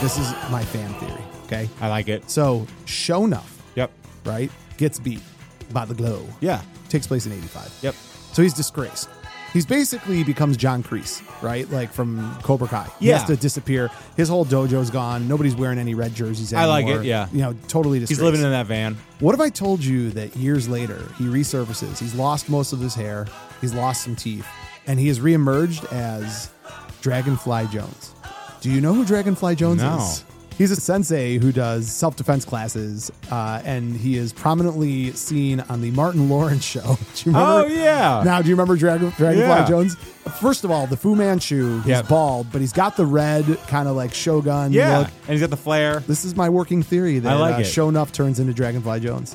this is my fan theory. Okay. I like it. So show enough, Yep. right, gets beat by the glow. Yeah. Takes place in 85. Yep. So he's disgraced. He's basically becomes John Kreese, right? Like from Cobra Kai. He Yeah. has to disappear. His whole dojo's gone. Nobody's wearing any red jerseys I anymore. like it, yeah. You know, totally disgraced. He's living in that van. What if I told you that years later he resurfaces? He's lost most of his hair, he's lost some teeth, and he has reemerged as Dragonfly Jones. Do you know who Dragonfly Jones No. is? He's a sensei who does self defense classes, uh, and he is prominently seen on the Martin Lawrence show. Do you remember? Oh, yeah. Now, do you remember Dragon, Dragonfly Yeah. Jones? First of all, the Fu Manchu, he's Yeah. bald, but he's got the red kind of like Shogun Yeah. look. And he's got the flare. This is my working theory that I like uh, it. Show Enough turns into Dragonfly Jones.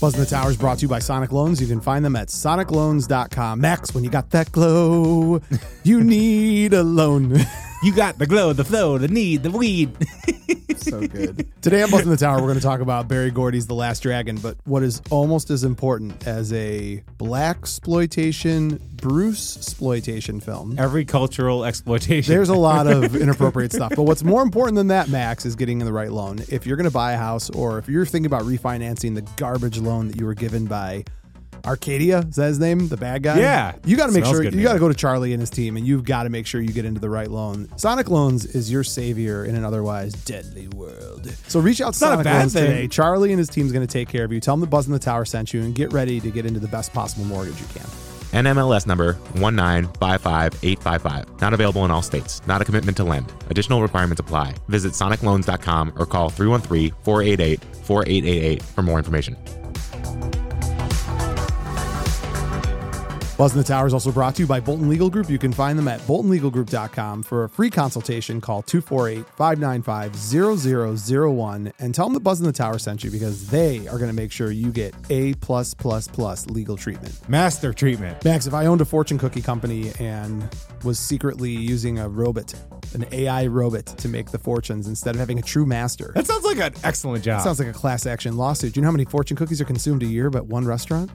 Buzz in the Tower is brought to you by Sonic Loans. You can find them at sonicloans.com. Max, when you got that glow, you need a loan. You got the glow, the flow, the need, the weed. so good. Today on Buzz in the Tower, we're going to talk about Barry Gordy's The Last Dragon, but what is almost as important as a black exploitation, Bruce exploitation film. Every cultural exploitation. There's a lot of inappropriate stuff. But what's more important than that, Max, is getting in the right loan. If you're going to buy a house or if you're thinking about refinancing the garbage loan that you were given by Arcadia, is that his name? The bad guy? Yeah. You got to make Smells sure, good, you man. got to go to Charlie and his team and you've got to make sure you get into the right loan. Sonic Loans is your savior in an otherwise deadly world. So reach out to not a Sonic bad Loans thing. today. Charlie and his team's going to take care of you. Tell them the Buzz in the Tower sent you and get ready to get into the best possible mortgage you can. NMLS number 1955855. Not available in all states. Not a commitment to lend. Additional requirements apply. Visit sonicloans.com or call 313-488-4888 for more information. Buzz in the Tower is also brought to you by Bolton Legal Group. You can find them at boltonlegalgroup.com for a free consultation. Call 248 595 0001 and tell them the Buzz in the Tower sent you because they are going to make sure you get A plus plus plus legal treatment. master treatment. Max, if I owned a fortune cookie company and was secretly using a robot, an AI robot to make the fortunes instead of having a true master, That sounds like an excellent job. that sounds like a class action lawsuit. Do you know how many fortune cookies are consumed a year by one restaurant?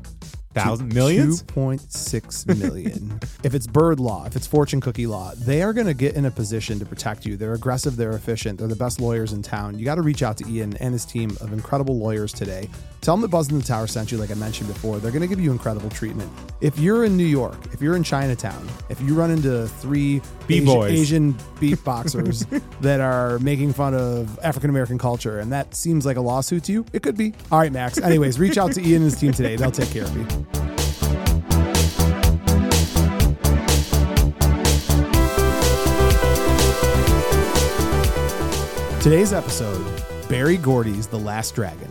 Thousand millions? 2.6 million. if it's bird law, if it's fortune cookie law, they are going to get in a position to protect you. They're aggressive, they're efficient, they're the best lawyers in town. You got to reach out to Ian and his team of incredible lawyers today. Tell them that Buzz in the Tower sent you, like I mentioned before. They're going to give you incredible treatment. If you're in New York, if you're in Chinatown, if you run into three B-boys. Asian Asian beatboxers that are making fun of African American culture, and that seems like a lawsuit to you. It could be. All right, Max. Anyways, reach out to Ian and his team today. They'll take care of you. Today's episode Barry Gordy's The Last Dragon.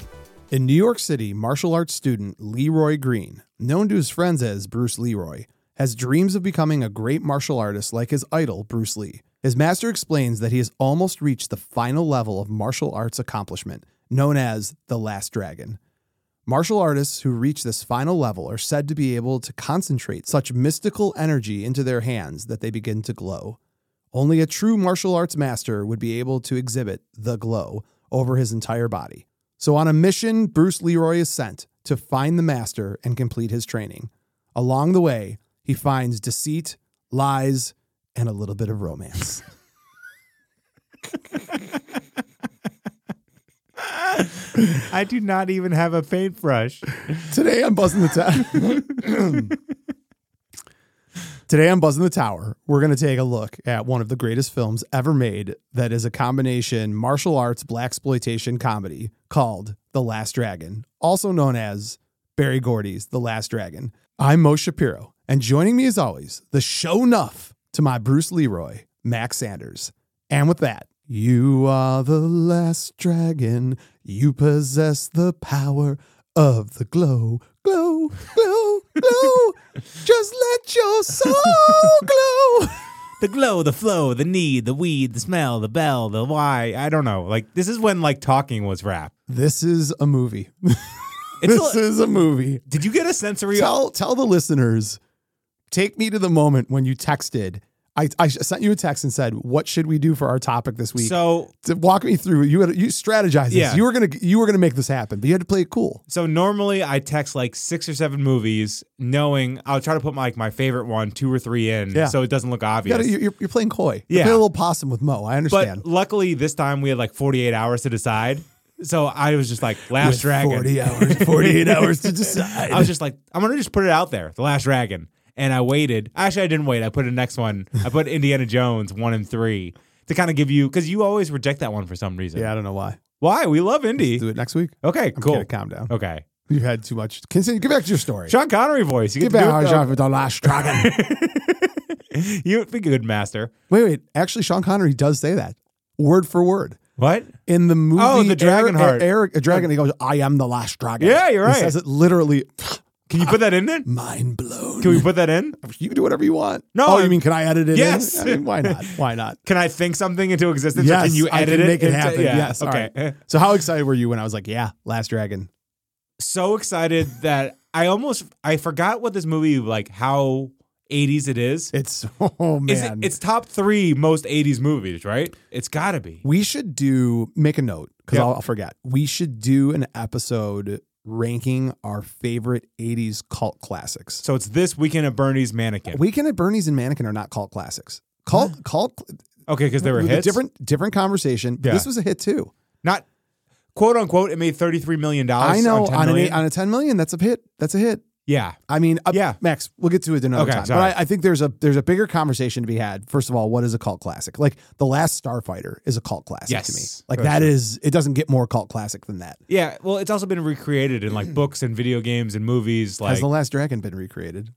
In New York City, martial arts student Leroy Green, known to his friends as Bruce Leroy, has dreams of becoming a great martial artist like his idol, Bruce Lee. His master explains that he has almost reached the final level of martial arts accomplishment, known as the Last Dragon. Martial artists who reach this final level are said to be able to concentrate such mystical energy into their hands that they begin to glow. Only a true martial arts master would be able to exhibit the glow over his entire body. So, on a mission, Bruce Leroy is sent to find the master and complete his training. Along the way, he finds deceit, lies, and a little bit of romance. I do not even have a paintbrush. Today I'm buzzing the tower. Today I'm buzzing the tower. We're going to take a look at one of the greatest films ever made that is a combination martial arts black exploitation comedy called The Last Dragon, also known as Barry Gordy's The Last Dragon. I'm Mo Shapiro, and joining me as always, the show nuff to my Bruce Leroy, Max Sanders. And with that, you are the last dragon. You possess the power of the glow, glow, glow, glow. Just let your soul glow. The glow, the flow, the need, the weed, the smell, the bell, the why. I don't know. Like this is when like talking was rap. This is a movie. It's This a- is a movie. did you get a sensory? Tell tell the listeners. Take me to the moment when you texted. I, I sent you a text and said, "What should we do for our topic this week?" so to walk me through. You had, you strategized this. Yeah. You were gonna you were gonna make this happen, but you had to play it cool. so normally I text like six or seven movies, knowing I'll try to put my, like my favorite one, two or three in, Yeah. so it doesn't look You obvious. gotta, you're, you're playing coy. Yeah. you play a little possum with Mo. I understand. but luckily this time we had like 48 hours to decide. So I was just like, Last With Dragon. Forty hours. Forty eight hours to decide. I was just like, I'm gonna just put it out there, The Last Dragon. And I waited. Actually, I didn't wait. I put the next one. I put Indiana Jones one and three to kind of give you because you always reject that one for some reason. yeah, I don't know why. Why? We love Indy. Do it next week. Okay, I'm cool. gonna Calm down. Okay. You had too much. Continue. Get back to your story. Sean Connery voice. You Get get back to to do it, John with the last dragon. though. You'd be good master. wait, wait. Actually, Sean Connery does say that word for word What? in the movie. Oh, the dragon heart. Eric, Eric, a dragon. He goes, "I am the last dragon." Yeah, you're He right. says it literally. Can you put that in then? Mind blown. Can we put that in? you can do whatever you want. No, Oh, you I'm- mean can I edit it? in? Yes. I mean, why not? Why not? Can I think something into existence? or yes. can you I edit can it? Make it into- happen. yeah, Yes. all Okay. right. So how excited were you when I was like, "Yeah, Last Dragon"? so excited that I almost I forgot what this movie like how 80s it is. It's oh man. Is it, it's top three most 80s movies, right? It's gotta be. We should do make a note because Yep. I'll, I'll forget. We should do an episode ranking our favorite '80s cult classics. So it's this weekend at Bernie's Mannequin. Weekend at Bernie's and Mannequin are not cult classics. Cult, cult. okay, because there were with a hits. Different, different conversation. Yeah. This was a hit too. Not quote unquote. It made 33 million dollars. I know on, 10 on, an million. eight- on a ten million. That's a hit. That's a hit. yeah. I mean, uh, Yeah. Max, we'll get to it another Okay, time. sorry. But I, I think there's a there's a bigger conversation to be had. First of all, what is a cult classic? Like the last Starfighter is a cult classic to me. Yes. Like Very that true. is it doesn't get more cult classic than that. Yeah. Well, it's also been recreated in like books and video games and movies. Like Has the Last Dragon been recreated?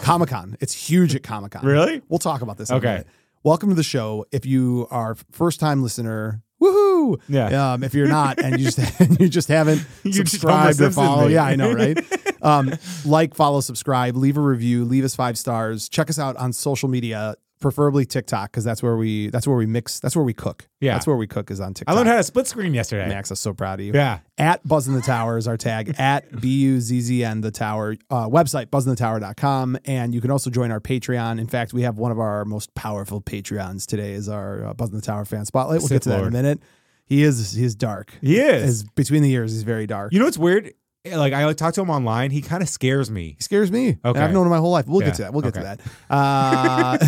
Comic Con, it's huge at Comic Con. Really? We'll talk about this. In okay. Okay. A minute. Welcome to the show. If you are first time listener, woohoo! Yeah. Um, if you're not and you just and you just haven't You just subscribed or Homer Simpson'd follow, me. yeah, I know, right? Um, like, follow, subscribe, leave a review, leave us five stars. Check us out on social media, preferably TikTok, because that's where we that's where we mix. That's where we cook. Yeah. that's where we cook is on I TikTok. learned how to split screen yesterday. Max, I'm so proud of you. Yeah. At Buzz in the Tower is our tag at B U Z Z N the Tower uh, website, buzzinthetower.com. And you can also join our Patreon. In fact, we have one of our most powerful Patreons today is our uh, Buzz in the Tower fan spotlight. We'll get Sith to that in Lord. a minute. He is he is dark. He is. Is- between the years, he's very dark. You know what's weird? Eh, Like I talk to him online. He kind of scares me. he scares me. And Okay. I've known him my whole life. We'll Yeah, get to that. We'll get okay. to that. Uh,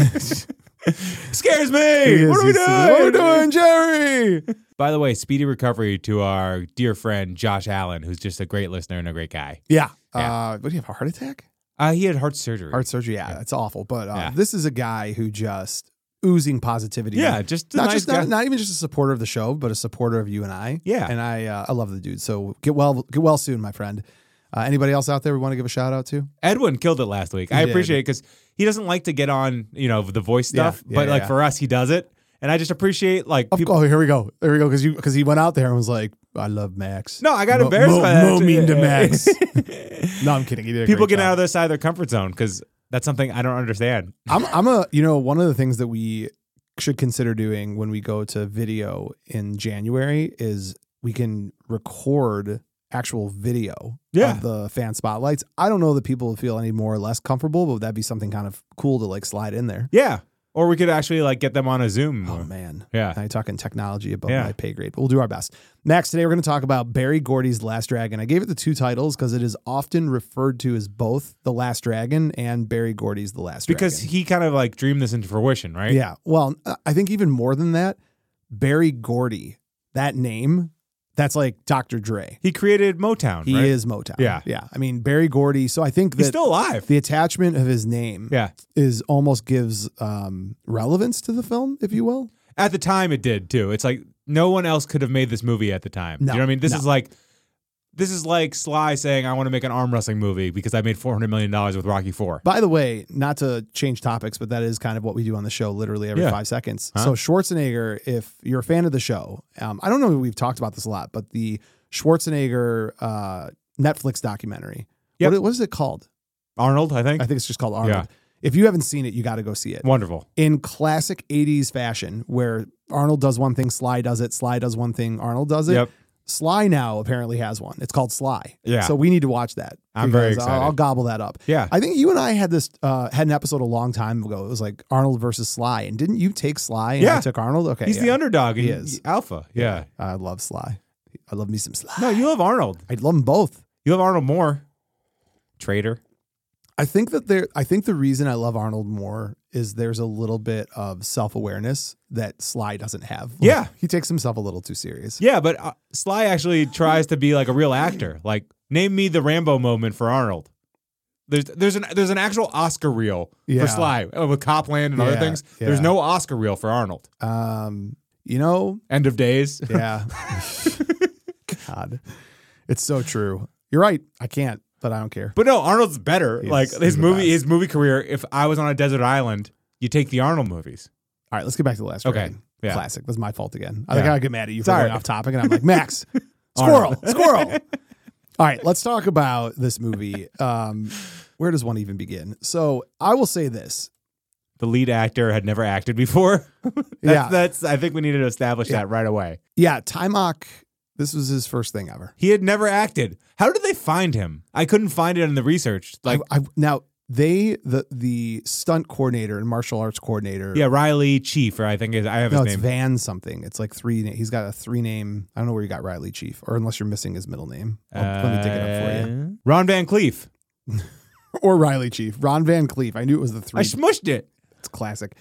Scares me. he is- what are we he's- doing? What are we doing, Jerry? By the way, speedy recovery to our dear friend Josh Allen, who's just a great listener and a great guy. Yeah. Yeah. Uh, what do you have? A heart attack? Uh, he had heart surgery. Heart surgery. Yeah, that's awful. But uh, Yeah. this is a guy who just oozing positivity. yeah, just a not nice just guy. not, not even just a supporter of the show, but a supporter of you and I. Yeah. and I uh, I love the dude. So get well, get well soon, my friend. Uh, anybody else out there we want to give a shout out to? Edwin killed it last week. I did. appreciate it because he doesn't like to get on, you know, the voice Yeah, stuff, yeah, but like yeah. for us, he does it, and I just appreciate like Of- people. oh, here we go, there we go, because you because he went out there and was like, I love Max. No, I got Mo- embarrassed Mo, by that Mo too. mean to Max. no, I'm kidding. You did a People great get job. out of their side of their comfort zone because that's something I don't understand. I'm I'm a you know one of the things that we should consider doing when we go to video in January is we can record actual video Yeah. of the fan spotlights. I don't know that people would feel any more or less comfortable, but that'd be something kind of cool to like slide in there. Yeah. Or we could actually like get them on a Zoom. Oh man. yeah. I talk in technology above Yeah. my pay grade, but we'll do our best. Next, today we're going to talk about Barry Gordy's Last Dragon. I gave it the two titles because it is often referred to as both The Last Dragon and Barry Gordy's The Last Because Dragon. he kind of like dreamed this into fruition, right? Yeah. Well, uh, I think even more than that, Barry Gordy, that name, that's like Dr. Dre. He created Motown. He right? is Motown. Yeah. Yeah. I mean, Barry Gordy. So I think He's that still alive. the attachment of his name Yeah. is almost gives um, relevance to the film, if you will. At the time, it did too. It's like no one else could have made this movie at the time. No, you know what I mean? This no. is like. This is like Sly saying, "I want to make an arm wrestling movie because I made four hundred million dollars with Rocky Four. By the way, not to change topics, but that is kind of what we do on the show literally every Yeah. five seconds. Huh? So, Schwarzenegger, if you're a fan of the show, um, I don't know if we've talked about this a lot, but the Schwarzenegger uh, Netflix documentary. Yep. What, what is it called? Arnold, I think, I think it's just called Arnold. If you haven't seen it, you got to go see it. wonderful. In classic 80s fashion, where Arnold does one thing, Sly does it, Sly does one thing, Arnold does it. Yep. Sly now apparently has one. It's called Sly. Yeah. So we need to watch that. I'm very because I'll, excited. I'll gobble that up. Yeah. I think you and I had this uh, had an episode a long time ago. It was like Arnold versus Sly, and didn't you take Sly and I Yeah. took Arnold? Okay, He's the yeah. underdog. And He is. alpha. Yeah. I love Sly. I love me some Sly. No, you love Arnold. I love them both. You love Arnold more. Traitor. I think that there. I think the reason I love Arnold more is there's a little bit of self awareness that Sly doesn't have. Like, Yeah. he takes himself a little too serious. Yeah, but uh, Sly actually tries to be like a real actor. Like, name me the Rambo moment for Arnold. There's there's an there's an actual Oscar reel Yeah. for Sly uh, with Copland and Yeah, other things. yeah. There's no Oscar reel for Arnold. Um, you know, End of days. yeah. God, it's so true. You're right. I can't, but I don't care. But no, Arnold's better. He's- like he's his the movie best. his movie career. If I was on a desert island, you take the Arnold movies. All right, let's get back to the last. Okay. Dragon. Yeah. Classic. That's my fault again. I Yeah. think I get mad at you for Sorry. going off topic, and I'm like, Max, squirrel, squirrel. All right, let's talk about this movie. Um, where does one even begin? So I will say this. The lead actor had never acted before. that's, Yeah. that's I think we needed to establish that right away. Yeah, Timok, this was his first thing ever. He had never acted. How did they find him? I couldn't find it in the research. Like I, I, now they the the stunt coordinator and martial arts coordinator. Yeah, Riley Chief, or I think is I have No, his it's name. Van something. It's like three. na- He's got a three name. I don't know where you got Riley Chief, or unless you're missing his middle name. I'll- let me dig it up for you. Uh, Ron Van Cleef. Or Riley Chief, Ron Van Cleef. I knew it was the three. I smushed it. It's classic.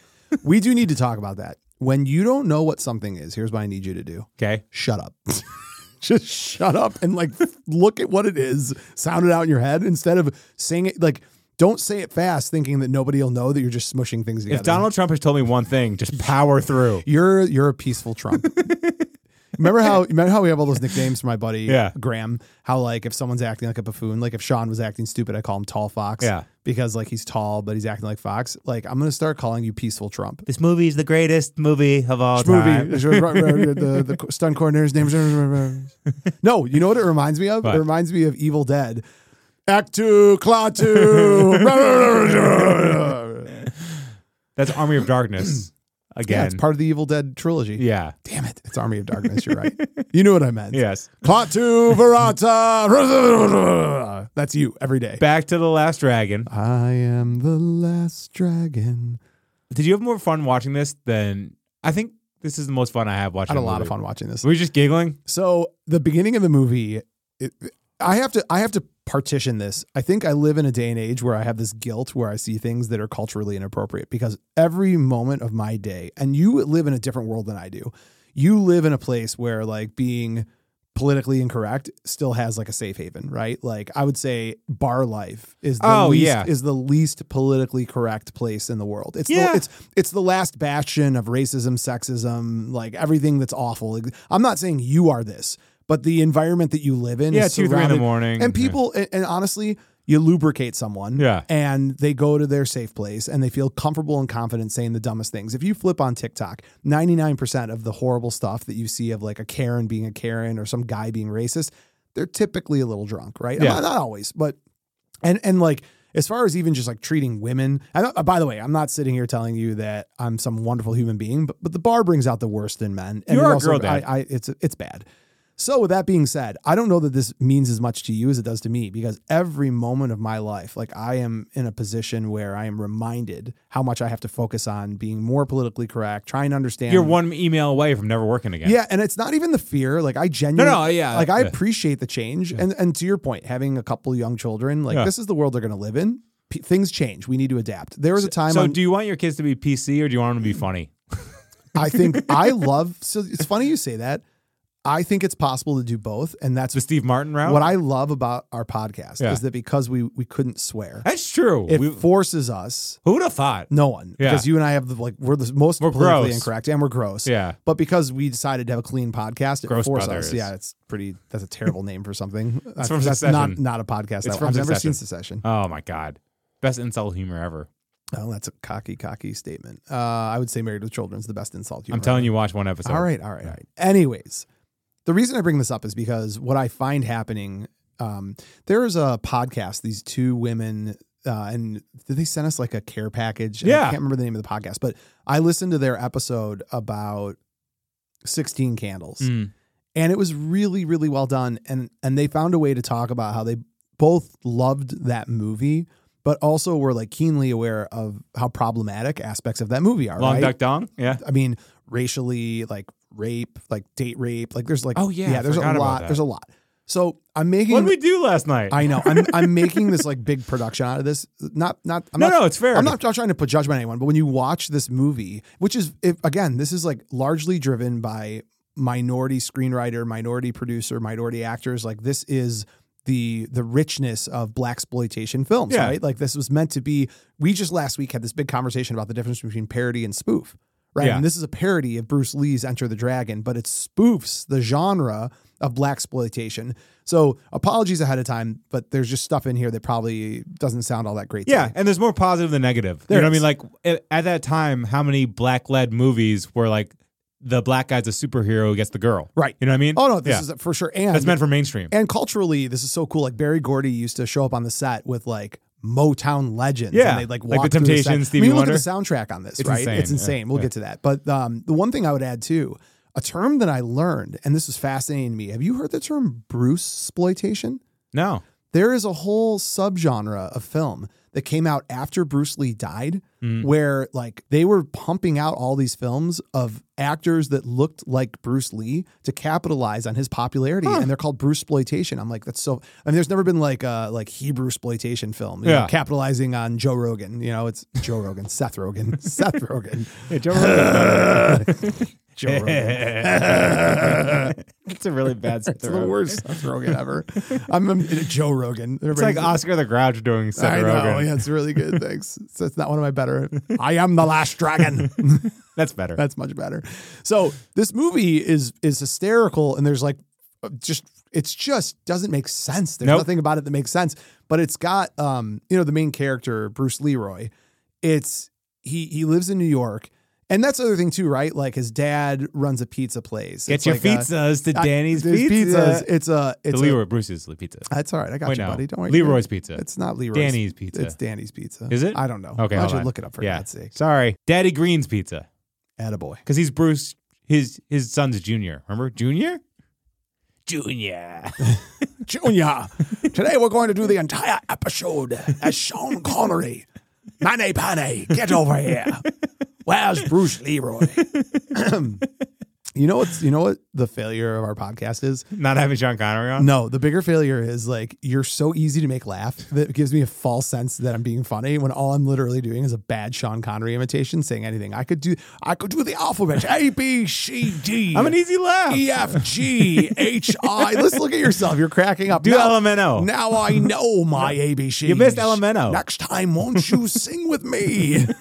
we do need to talk about that. When you don't know what something is, here's what I need you to do. Okay. Shut up. Just shut up and like look at what it is, sound it out in your head instead of saying it like don't say it fast thinking that nobody will know that you're just smushing things together. If Donald Trump has told me one thing, just power through. you're you're a peaceful Trump. remember how remember how we have all those nicknames for my buddy Yeah. Graham? How like if someone's acting like a buffoon, like if Sean was acting stupid, I call him Tall Fox. Yeah. Because like he's tall, but he's acting like Fox. Like I'm gonna start calling you peaceful Trump. This movie is the greatest movie of all movie. the, the, the stunt coordinator's name. no, you know what it reminds me of? It What? reminds me of Evil Dead. Act two, claw two. That's Army of Darkness yeah, again. it's part of the Evil Dead trilogy. Yeah. Damn it. It's Army of Darkness. You're right. You knew what I meant. Yes. Claw two, Verata. That's you every day. Back to the Last Dragon. I am the last dragon. Did you have more fun watching this than I think this is the most fun I have I watching? had a the lot of movie. fun watching this. Were you just giggling? So the beginning of the movie, it, I have to I have to partition this. I think I live in a day and age where I have this guilt where I see things that are culturally inappropriate because every moment of my day, and you live in a different world than I do. You live in a place where like being politically incorrect still has like a safe haven, right? Like I would say bar life is the Oh, least yeah. is the least politically correct place in the world. It's Yeah. the, it's it's the last bastion of racism, sexism, like everything that's awful. I'm not saying you are this, but the environment that you live in Yeah, is two, three in the surrounded- morning. And people and, and honestly, you lubricate someone Yeah. and they go to their safe place and they feel comfortable and confident saying the dumbest things. If you flip on TikTok, 99% of the horrible stuff that you see of like a Karen being a Karen or some guy being racist, they're typically a little drunk, right? Yeah. Not, not always, but and and like as far as even just like treating women, I don't, uh, by the way, I'm not sitting here telling you that I'm some wonderful human being, but, but the bar brings out the worst in men. And You it are a also- girl dad. I, I, it's it's bad. So with that being said, I don't know that this means as much to you as it does to me because every moment of my life, like I am in a position where I am reminded how much I have to focus on being more politically correct, trying to understand. You're one email away from never working again. Yeah, and it's not even the fear. Like I genuinely, No, no, yeah. Like I Yeah. appreciate the change, and and to your point, having a couple young children, like Yeah. this is the world they're going to live in. P- things change. We need to adapt. There was a time. So, on- do you want your kids to be PC or do you want them to be funny? I think I love. So it's funny you say that. I think it's possible to do both, and that's The Steve Martin route. what I love about our podcast Oh. Yeah. is that because we we couldn't swear, That's true. it We- forces us. Who'd have thought? No one, Yeah. because you and I have the like we're the most We're politically gross. incorrect, and we're gross. Yeah. but because we decided to have a clean podcast, it Gross forced Brothers. us. Yeah, it's pretty. That's a terrible name for something. That's, from that's Succession. not not a podcast. It's that- from I've never Succession. seen Succession. Oh my god, best insult humor ever. Oh, that's a cocky, cocky statement. Uh, I would say Married with Children is the best insult you. I'm telling you, watch one episode. All right, all right, all right. Anyways, the reason I bring this up is because what I find happening, um, there is a podcast. These two women, uh, and did they send us like a care package? And I Yeah. can't remember the name of the podcast, but I listened to their episode about sixteen candles, Mm. and it was really, really well done. And and they found a way to talk about how they both loved that movie. But also, were like keenly aware of how problematic aspects of that movie are. Long right? duck dong. Yeah. I mean, racially, like rape, like date rape, like there's like Oh, yeah, I there's a forgot about lot, that. there's a lot. So I'm making, What did we do last night? I know, I'm I'm making this like big production out of this. Not not, I'm no, not, no, it's fair. I'm not, not trying to put judgment on anyone, but when you watch this movie, which is if, again, this is like largely driven by minority screenwriter, minority producer, minority actors. Like this is the the richness of black exploitation films, Yeah. right? Like this was meant to be. We just last week had this big conversation about the difference between parody and spoof, right? Yeah. And this is a parody of Bruce Lee's Enter the Dragon, but it spoofs the genre of black exploitation. So apologies ahead of time, but there's just stuff in here that probably doesn't sound all that great. to Yeah, me. and there's more positive than negative. There you know what I is. mean? Like a- at that time, how many black led movies were like the black guy's a superhero who gets the girl? Right. You know what I mean? Oh no, this Yeah. is for sure. And that's meant for mainstream. and culturally, this is so cool. Like Barry Gordy used to show up on the set with like Motown legends. Yeah. and they'd like Like walk The through the set. Temptations, I Stevie mean, look Wonder. at the soundtrack on this, It's right? insane. It's Yeah. insane. We'll get to that. But um, the one thing I would add too, a term that I learned, and this was fascinating to me. Have you heard the term Bruce exploitation? no. there is a whole subgenre of film that came out after Bruce Lee died Mm. where like they were pumping out all these films of actors that looked like Bruce Lee to capitalize on his popularity and they're called Bruce exploitation. I'm like that's so I mean there's never been like a like Hebrew exploitation film you know, Yeah. capitalizing on Joe Rogan, you know, it's Joe Rogan, Seth Rogan, Seth Rogan. Joe Rogan. it's a really bad. It's the worst Seth Rogan ever. I'm, I'm Joe Rogan. It's like Oscar the Grouch doing Seth I know. Rogen. Yeah, it's really good. Thanks. So it's not one of my better. I am the last dragon. That's better. That's much better. So this movie is is hysterical, and there's like uh, just it's just doesn't make sense. There's Nope. nothing about it that makes sense. But it's got um you know the main character Bruce Leroy. It's he he lives in New York. And that's the other thing too, right? Like his dad runs a pizza place. Get It's your like a- pizzas to I- Danny's there's Pizza. pizzas. It's a the it's a, Leroy Bruce's pizza. That's all right. I got Wait, you, no. buddy. Don't worry. Leroy's pizza. It's not Leroy's. Danny's pizza. It's Danny's Pizza. Is it? I don't know. Okay, Why hold don't you on. look it up for yeah. God's sake? Sorry, Daddy Green's pizza Attaboy. because he's Bruce. His his son's junior. Remember junior. Junior. Junior, today we're going to do the entire episode as Sean Connery. Manny Panny, get over here. Where's Bruce Leroy? you know what's you know what the failure of our podcast is? Not having Sean Connery on. No, the bigger failure is like you're so easy to make laugh that it gives me a false sense that I'm being funny when all I'm literally doing is a bad Sean Connery imitation saying anything. I could do I could do the alphabet A B C D. I'm an easy laugh. E F G H I. Let's look at yourself. You're cracking up. Do LMNO. Now I know my ABC. You missed LMNO. Next time, won't you sing with me?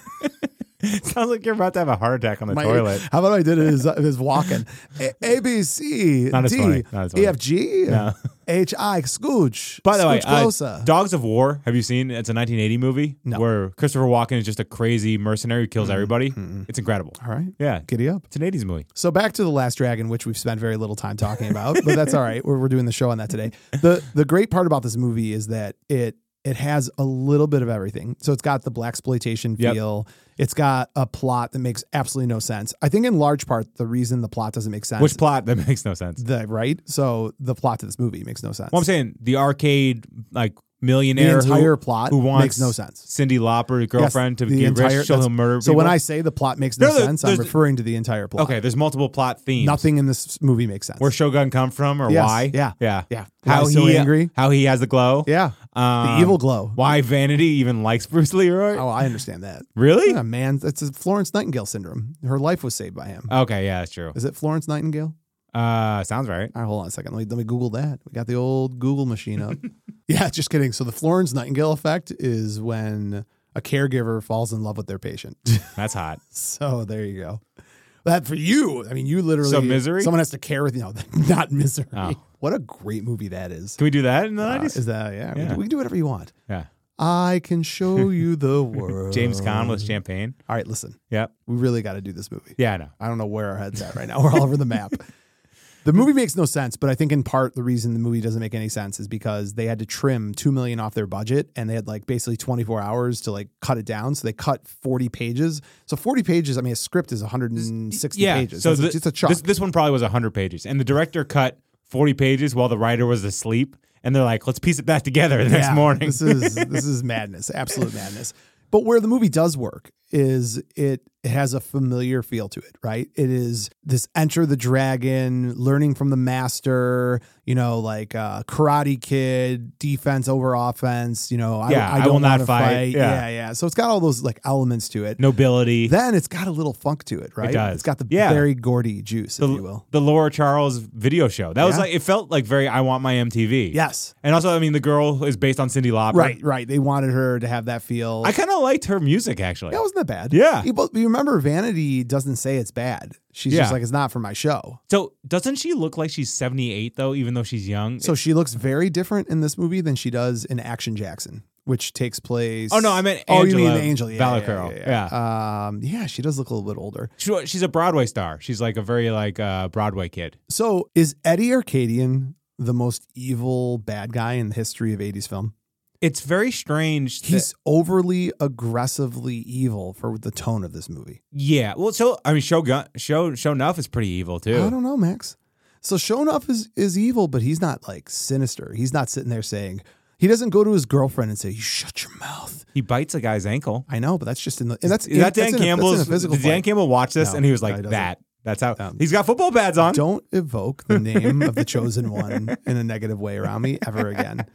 Sounds like you're about to have a heart attack on the My- toilet. How about I did it as, as walking? uh, A, A B C Not as D, funny. Not as funny. E F G. No. H I Scooch. By the way, Scooch uh, closer. Dogs of War. Have you seen? It's a 1980 movie No. Mm-hmm. where Christopher Walken is just a crazy mercenary who kills everybody. It's incredible. all right. Yeah, Giddy up. it's an 80s movie. So back to the Last Dragon, which we've spent very little time talking about, but that's all right. We're, we're doing the show on that today. the The great part about this movie is that it it has a little bit of everything. So it's got the black exploitation Yep. feel. It's got a plot that makes absolutely no sense. I think in large part the reason the plot doesn't make sense. Which plot that makes no sense. the right? So the plot to this movie makes no sense. Well, I'm saying the arcade like the millionaire who- entire plot who wants makes no sense. Cindy Lauper, Yes, girlfriend, to the get entire- rich, she'll that's- murder. So when people. I say the plot makes no, No, there- sense, I'm there's- referring to the entire plot. okay, there's multiple plot themes. Nothing in this movie makes sense. Where Shogun come from or Yes, why? yeah. yeah, yeah. Why How he uh, so angry? How he has the glow? Yeah. The Um, evil glow. Why Vanity even likes Bruce Leroy? Oh, I understand that. really? Yeah, man, that's a Florence Nightingale syndrome. Her life was saved by him. Okay, yeah, that's true. Is it Florence Nightingale? Uh, sounds right. All right, hold on a second. Let me, let me Google that. We got the old Google machine up. yeah, just kidding. So the Florence Nightingale effect is when a caregiver falls in love with their patient. That's hot. so there you go. That for you. I mean, you literally. So Misery? Someone has to care with you. No, not misery. Oh. What a great movie that is. Can we do that in the Uh, 90s? is that yeah? we- Yeah. We can do whatever you want. yeah. I can show you the world. James Caan Um, with champagne. All right, listen. Yep. We really got to do this movie. Yeah, I know. I don't know where our head's at right now. We're all over the map. The movie makes no sense, but I think in part the reason the movie doesn't make any sense is because they had to trim two million off their budget, and they had like basically twenty four hours to like cut it down. So they cut forty pages. So forty pages. I mean, a script is one hundred and sixty yeah. pages. So So the- it's, a chunk. This, this one probably was 100 pages. And the director cut 40 pages while the writer was asleep. And they're like, let's piece it back together the next Yeah, morning. This is this is madness, absolute madness. But where the movie does work is it it has a familiar feel to it, right? It is this enter the dragon, learning from the master, you know, like uh, karate kid, defense over offense, you know, Yeah, I, I I don't will not wanna fight. Yeah. Yeah. yeah, So it's got all those like elements to it. Nobility. Then it's got a little funk to it, right? does. It's got the Yeah. very Gordy juice, if you will. the Laura Charles video show. That was Yeah. like, it felt like very I Want My MTV. Yes. And also, I mean, the girl is based on Cindy Lauper. Right, right. They wanted her to have that feel. I kind of liked her music, actually. That wasn't that bad. Yeah. You, but you remember Vanity doesn't say it's bad. She's just Yeah. like, it's not for my show. So, doesn't she look like she's 78, though, even though she's young? So she looks very different in this movie than she does in Action Jackson, which takes place. Oh, no, I meant Oh, you mean Angela the Angel. Yeah, Valacaro. Yeah, yeah, yeah. Um, yeah, she does look a little bit older. She- she's a Broadway star. She's like a very like uh, Broadway kid. So is Eddie Arcadian the most evil bad guy in the history of 80s film? It's very strange. that- He's overly aggressively evil for the tone of this movie. yeah. Well, so I mean, Shogun Show Show Nuff is pretty evil I too. don't know, Max. So Shonuff is is evil, but he's not like sinister. He's not sitting there saying he doesn't go to his girlfriend and say, "You shut your mouth." He bites a guy's ankle. I know, but that's just in the and that's Is that that's Dan in a- that's in a Campbell's? physical Did Dan fight. Campbell watch this No, and he was no, like he doesn't. that? That's how Um, he's got football pads on. Don't evoke the name of the chosen one in a negative way around me ever again.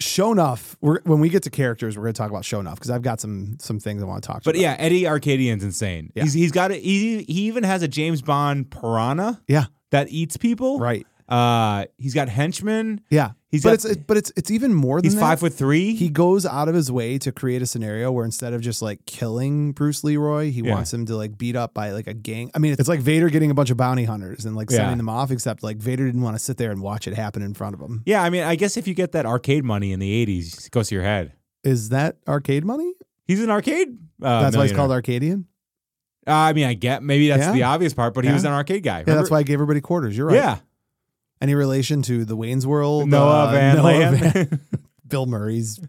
Shonuff, we're, when we get to characters, we're going to talk about Shonuff because I've got some some things I want to talk. But about. yeah, Eddie Arcadian's insane. Yeah. He's he's got a, he he even has a James Bond piranha yeah, that eats people. right, Uh, he's got henchmen. yeah. He's but got- it's it, but it's it's even more than He's that. five foot three. he goes out of his way to create a scenario where instead of just like killing Bruce Leroy, he Yeah. wants him to like beat up by like a gang. I mean, it's like Vader getting a bunch of bounty hunters and like sending Yeah. them off, except like Vader didn't want to sit there and watch it happen in front of him. yeah, I mean, I guess if you get that arcade money in the '80s, it goes to your head. Is that arcade money? He's an arcade. Uh, that's why he's millionaire. called Arcadian. Uh, I mean, I get maybe that's Yeah. the obvious part, but he Yeah. was an arcade guy. Yeah, that's Remember- why I gave everybody quarters. You're right. Yeah, Any relation to the Wayne's World? Noah uh, Van Noah Land. Van- Bill Murray's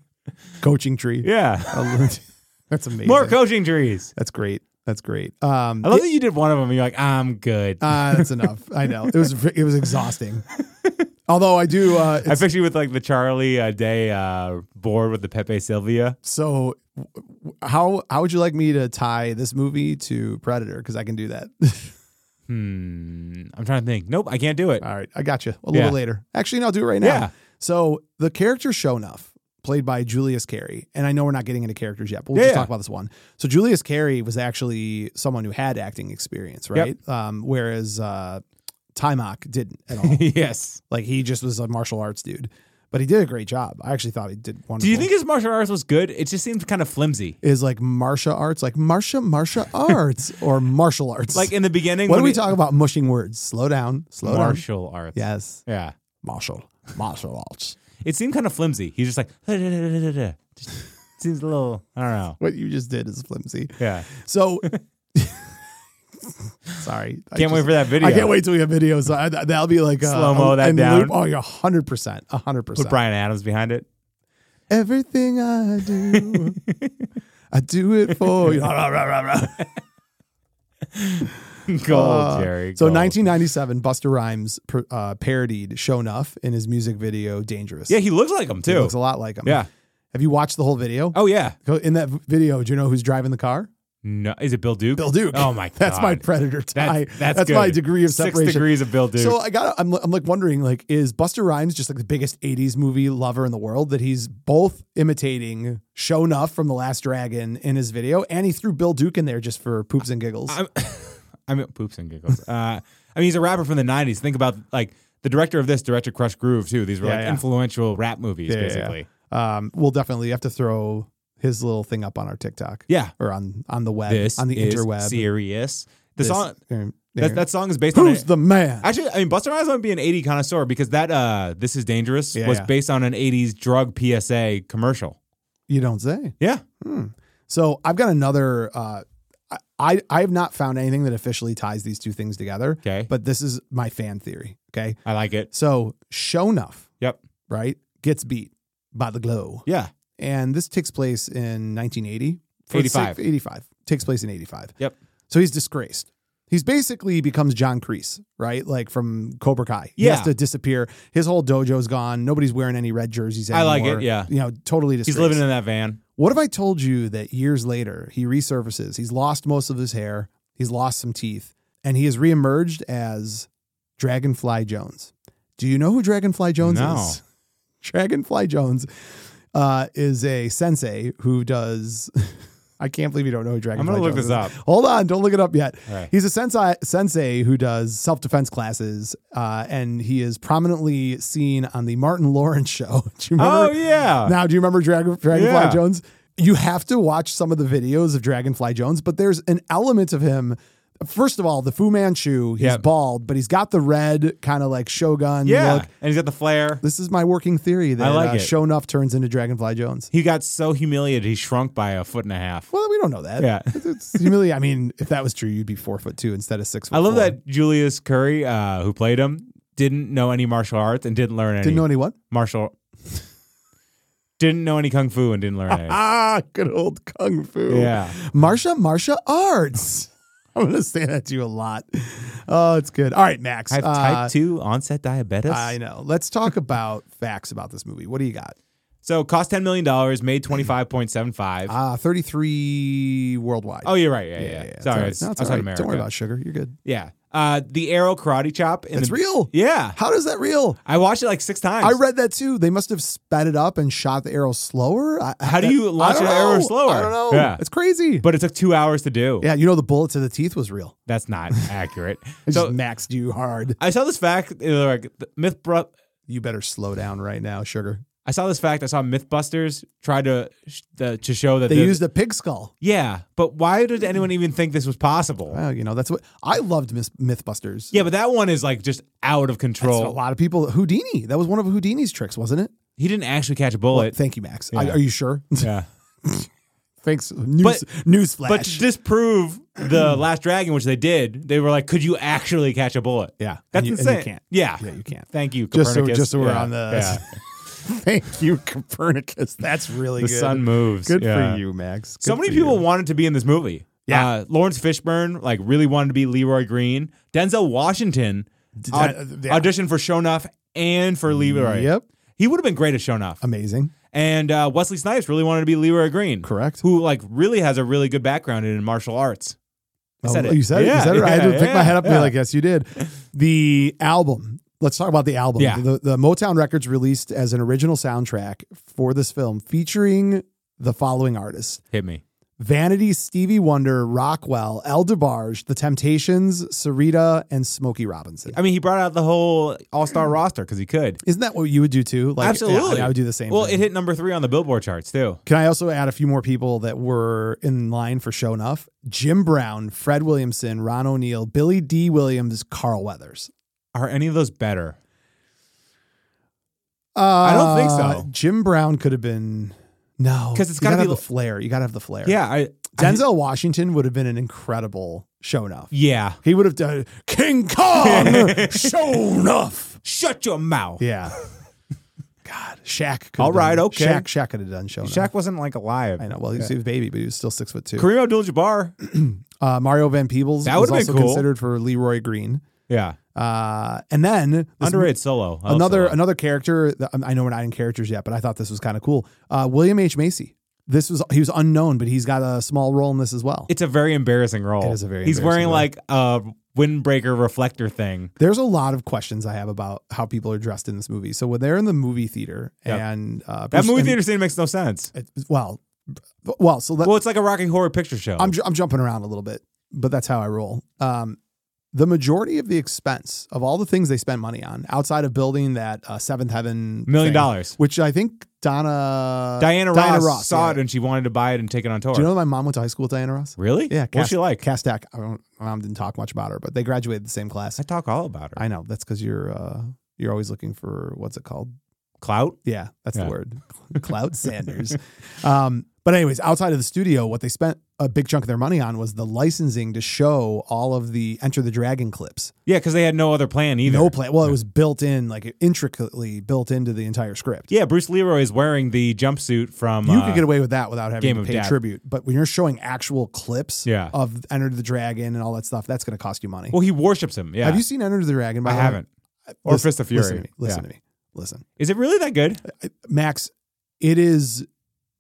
coaching tree. yeah, Uh, that's amazing. more coaching trees. That's great. That's great. Um, I love that you did one of them. and You're like, I'm good. Uh, that's enough. I know it was it was exhausting. Although I do, uh, I it's picture you with like the Charlie uh, Day uh, board with the Pepe Silvia. so. w- w- How how would you like me to tie this movie to Predator? Because I can do that. Hmm. I'm trying to think. Nope, I can't do it. All right, I got you a Yeah. little later. Actually, no, I'll do it right now. Yeah. So the character Shonuff, played by Julius Carey, and I know we're not getting into characters yet, but we'll Yeah, just yeah. talk about this one. So Julius Carey was actually someone who had acting experience, right? Um, whereas uh, Timok didn't at all. yes. like he just was a martial arts dude, but he did a great job. I actually thought he did wonderful. Do you think his martial arts was good? It just seemed kind of flimsy. is like Marsha Arts, like Marsha Marsha Arts or martial arts. Like in the beginning, what are when we he- talking about? Mushing words. Slow down. Slow down. Martial arts. Yes, Yeah. martial. martial arts. It seemed kind of flimsy. He's just like, just seems a little, I don't know. What you just did is flimsy. Yeah. So, sorry. I Can't wait just- for that video. I can't wait till we have videos. I, th- that'll be like uh, Slow-mo that and down. Loop, oh, yeah, hundred percent, hundred Put percent. Brian Adams behind it. Everything I do, I do it for you. Gold, Uh, Oh, Jerry. So gold. 1997, Buster Rhymes per, uh, parodied Show Enough in his music video Dangerous. Yeah, he looks like him He too. looks a lot like him. yeah. Have you watched the whole video? Oh yeah. Go- In that v- video, do you know who's driving the car? No, is it Bill Duke? Bill Duke. Oh my god. That's my predator tie. That's, that's, my good. degree of Six separation. degrees of Bill Duke. So I got. I'm. I'm like wondering. Like, is Buster Rhymes just like the biggest '80s movie lover in the world? That he's both imitating Show Enough from The Last Dragon in his video, and he threw Bill Duke in there just for poops and giggles. I'm, I mean, poops and giggles. Uh, I mean, he's a rapper from the '90s. Think about like the director of this, director Crush Groove too. These were Yeah, like yeah. influential rap movies, Yeah, yeah, yeah. basically. Um, we'll definitely have to throw his little thing up on our TikTok Yeah. or on on the web This on the is interweb. serious. The This- song. um, That, that song is based on. who's a- the man? Actually, I mean, Buster Rhymes might be an 80 connoisseur because that uh, This Is Dangerous Yeah, was yeah. based on an 80s drug PSA commercial. you don't say. Yeah. So I've got another. Uh, I- I I have not found anything that officially ties these two things together. Okay. But this is my fan theory. Okay. I like it. So show enough. Yep. right, gets beat by the glow. Yeah. And this takes place in 1980. 85. 85. Takes place in 85. Yep. So he's disgraced. He's basically becomes John Kreese, right? Like from Cobra Kai. He Yeah. has to disappear. His whole dojo's gone. Nobody's wearing any red jerseys I anymore. like it, yeah. You know, totally He's disgraced. living in that van. What if I told you that years later he resurfaces? He's lost most of his hair, he's lost some teeth, and he has reemerged as Dragonfly Jones. Do you know who Dragonfly Jones No. is? Dragonfly Jones uh, is a sensei who does. I can't believe you don't know who I'm Dragonfly going to look Jones this up. is. Hold on, don't look it up yet. All right. He's a sensei, sensei who does self defense classes, uh, and he is prominently seen on the Martin Lawrence show. Do you remember? Oh, yeah. Now, do you remember Dragon, Dragonfly Yeah. Jones? You have to watch some of the videos of Dragonfly Jones, but there's an element of him. First of all, the Fu Manchu, he's Yep. bald, but he's got the red kind of like Shogun yeah. look. And he's got the flare. This is my working theory that I like uh, it. Show Enough turns into Dragonfly Jones. He got so humiliated, he shrunk by a foot and a half. Well, we don't know that. Yeah. It's- it's really. I mean, if that was true, you'd be four foot two instead of six. Foot I love four. that Julius Curry, uh, who played him, didn't know any martial arts and didn't learn any Didn't know anyone. martial. didn't know any kung fu and didn't learn any. Ah, good old kung fu. Yeah. Marsha, Marsha Arts. I'm gonna say that to you a lot. Oh, it's good. All right, Max. I have uh, type 2 onset diabetes. I know. Let's talk about facts about this movie. What do you got? so cost $10 million, made 25.75. Uh, 33 worldwide. oh, you're right. Yeah, yeah. yeah. Sorry, all right. it's No, all outside right. America. Don't worry about sugar. You're good. Yeah. Uh, the arrow karate chop. In It's the, real. Yeah. How does that real? I watched it like six times. I read that too. They must have sped it up and shot the arrow slower. I, How do you I launch don't an arrow know. slower? I don't know. Yeah. It's crazy. but it took two hours to do. yeah, you know the bullet to the teeth was real. That's not accurate. It so just maxed you hard. I saw this fact. uh, Like the myth, bro- You better slow down right now, sugar. I saw this fact. I saw MythBusters try to sh- the, to show that They the- used a pig skull. Yeah, but why did anyone even think this was possible? Well, you know that's what I loved. Miss MythBusters. Yeah, but that one is like just out of That's what a control. lot of people. Houdini. That was one of Houdini's tricks, wasn't it? He didn't actually catch a Well, bullet. thank you, Max. Yeah. I, are you sure? yeah, Thanks. News, But- news but to disprove the Last Dragon, which they did, they were like, "Could you actually catch a bullet?" yeah, and That's you, and insane. you can't. Yeah. Yeah, you can't. Thank you, Just so- Copernicus. just so we're Yeah, on the- yeah. Thank you, Copernicus. That's really the good. sun moves. Good Yeah. for you, Max. Good so many for people you. wanted to be in this movie. Yeah. uh, Lawrence Fishburne like really wanted to be Leroy Green. Denzel Washington that- uh, aud- yeah. auditioned for Shonuff and for Leroy. Yep. he would have been great as Shonuff. Amazing. and uh, Wesley Snipes really wanted to be Leroy Green, Correct. who like really has a really good background in martial arts. I said Oh, it. You said it. You Yeah, said it. right. I had to yeah, pick my head up and yeah. be like, yes, you did. The album. Let's talk about the album. Yeah. The, the Motown Records released as an original soundtrack for this film featuring the following artists Hit me. Vanity, Stevie Wonder, Rockwell, El DeBarge, The Temptations, Sarita, and Smokey Robinson. I mean, he brought out the whole all star roster because he could. Isn't that what you would do too? Like, Absolutely, yeah, I would do the same. Well, thing. it hit number three on the Billboard charts too. Can I also add a few more people that were in line for show enough? Jim Brown, Fred Williamson, Ron O'Neill, Billy D. Williams, Carl Weathers. Are any of those better? Uh, I don't think so. Jim Brown could have been no 'Cause it's you gotta gotta be have the li- flair. You gotta have the flair. Yeah, I I- Denzel Washington would have been an incredible show enough. yeah, He would have done King Kong show enough. shut your mouth. Yeah. God, Shaq. Could All have done- right, okay. Shaq, Shaq could have done show enough. Shaq wasn't like alive. I know. Well, he's, he was a baby, but he was still six foot two. Kareem Abdul-Jabbar. Uh, Mario Van Peebles That was would've also been cool. considered for Leroy Green. Yeah, Uh, and then this underrated solo. I love another solo. another character. that- um, I know we're not in characters yet, but I thought this was kind of cool. Uh, William H Macy. This was he was unknown, but he's got a small role in this as well. It's a very embarrassing role. It is a very He's wearing embarrassing role. like a windbreaker reflector thing. There's a lot of questions I have about how people are dressed in this movie. So when they're in the movie theater Yep. and uh, That Bruce- movie and- theater scene makes no sense. it- well, well, so let, Well, it's like a Rocky Horror Picture Show. I'm ju- I'm jumping around a little bit, but that's how I roll. Um, the majority of the expense of all the things they spent money on outside of building that uh, Seventh Heaven Million thing, dollars. which I think Donna Diana, Ross, saw uh, yeah. it and she wanted to buy it and take it on tour. Do you know my mom went to high school with Diana Ross? really? Yeah, What's she like? Cass Stack. I don't. My mom didn't talk much about her, but they graduated the same class. I talk all about her. I know that's because you're uh, you're always looking for what's it called? Clout. Yeah, that's Yeah. the word. Cloud Sanders. Um, but anyways, outside of the studio, what they spent a big chunk of their money on was the licensing to show all of the Enter the Dragon clips. Yeah, because they had no other plan either. No plan. Well, it was built in, like intricately built into the entire script. Yeah, Bruce Leroy is wearing the jumpsuit from. You uh, could get away with that without having Game to of pay Death. tribute. But when you're showing actual clips Yeah. of Enter the Dragon and all that stuff, that's going to cost you money. well, he worships him. Yeah, Have you seen Enter the Dragon? By I the way? Uh, haven't. Or Listen- Fist of Fury. Listen to me. Listen Yeah. to me. Uh, Listen. Is it really that good? Max, it is.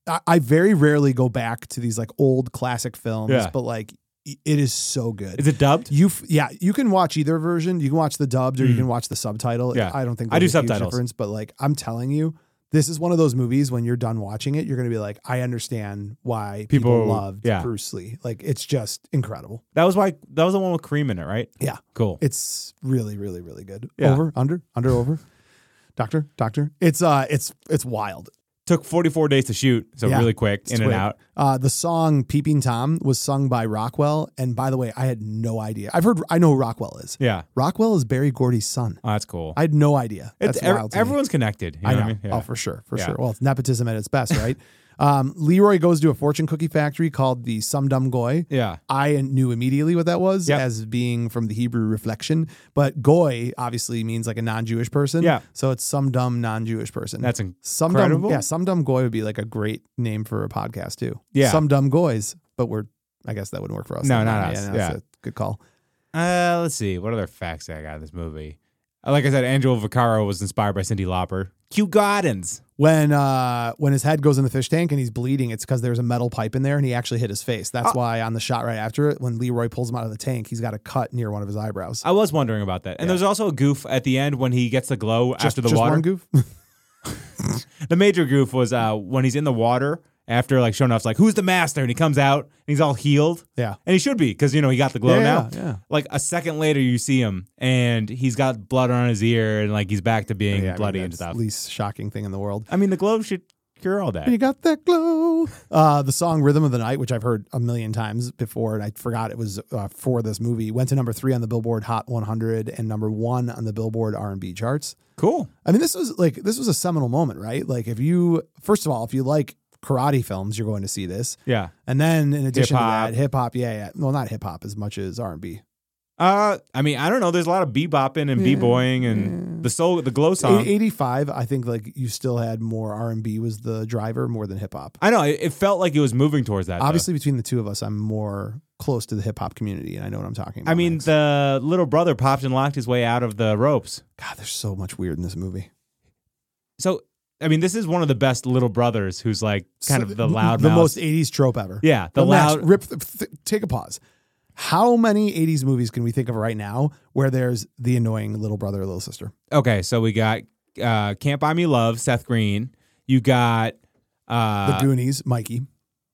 I, I very rarely go back to these like old classic films, Yeah. but like i- it is so good. Is it dubbed? you f- yeah, you can watch either version. You can watch the dubbed or you Mm. can watch the subtitle. Yeah. I don't think I do there's a huge subtitles. difference, but like I'm telling you, this is one of those movies when you're done watching it, you're gonna be like, I understand why people, People- loved yeah. Bruce Lee. Like it's just incredible. That was why. That was the one with Kareem in it, right? Yeah. Cool. It's really, really, really good. Yeah. Over, under, under, over. Doctor, doctor. It's uh it's it's wild. Took 44 days to shoot, so Yeah. really quick, in and quick. out. Uh, the song "Peeping Tom" was sung by Rockwell, and by the way, I had no idea. I've heard, I know who Rockwell is. Yeah. Rockwell is Barry Gordy's son. Oh, that's cool. I had no idea. That's It's ev- wild. to me. everyone's connected. You know I know. What I mean? Yeah. Oh, for sure, for Yeah. sure. Well, it's nepotism at its best, right? um, Leroy goes to a fortune cookie factory called the Sum Dum Goy. Yeah. I knew immediately what that was Yep. as being from the Hebrew reflection, but goy obviously means like a non-Jewish person. Yeah. So it's some dumb non-Jewish person. That's in- some incredible. dumb. Yeah, some dumb goy would be like a great name for a podcast too. Yeah. some dumb goys, but we're I guess that wouldn't work for us. No, Never not mind. us. no, that's Yeah. a good call. Uh, let's see. What other facts I got in this movie? Uh, Like I said, Angelo Vaccaro was inspired by Cindy Lauper. Kew Gardens. When uh when his head goes in the fish tank and he's bleeding, it's because there's a metal pipe in there and he actually hit his face. That's Ah. why on the shot right after it, when Leroy pulls him out of the tank, he's got a cut near one of his eyebrows. I was wondering about that. And there's also a goof at the end when he gets the glow after the Just water. one goof. The major goof was uh, when he's in the water after like showing off's like, who's the master? And he comes out and he's all healed. yeah. And he should be because, you know, he got the glow Yeah, now. yeah, yeah. Like a second later, you see him and he's got blood on his ear and like he's back to being Yeah, I mean, bloody and that's stuff. the Least shocking thing in the world. I mean, the glow should cure all that. You got that glow. Uh, the song "Rhythm of the Night," which I've heard a million times before, and I forgot it was uh, for this movie, went to number three on the Billboard Hot 100 and number one on the Billboard R&B charts. Cool. I mean, this was like this was a seminal moment, right? Like, if you first of all, if you like karate films, you're going to see this, Yeah. and then in addition Hip-hop. to that, hip hop, yeah, yeah, well, not hip hop as much as R&B. Uh, I mean, I don't know. There's a lot of bebopping and b-boying and the soul, the glow song. In 85, I think like you still had more R&B was the driver more than hip hop. I know. It, it felt like it was moving towards that. though. Obviously, between the two of us, I'm more close to the hip hop community, and I know what I'm talking about. I mean, Max. the little brother popped and locked his way out of the ropes. God, there's so much weird in this movie. So, I mean, this is one of the best little brothers who's like kind So- of the loud, the mouth. most 80s trope ever. yeah, the But Max, loud. rip. Th- th- take a pause. How many 80s movies can we think of right now where there's the annoying little brother or little sister? okay, so we got uh, "Can't Buy Me Love," Seth Green. You got The uh, Goonies, Mikey.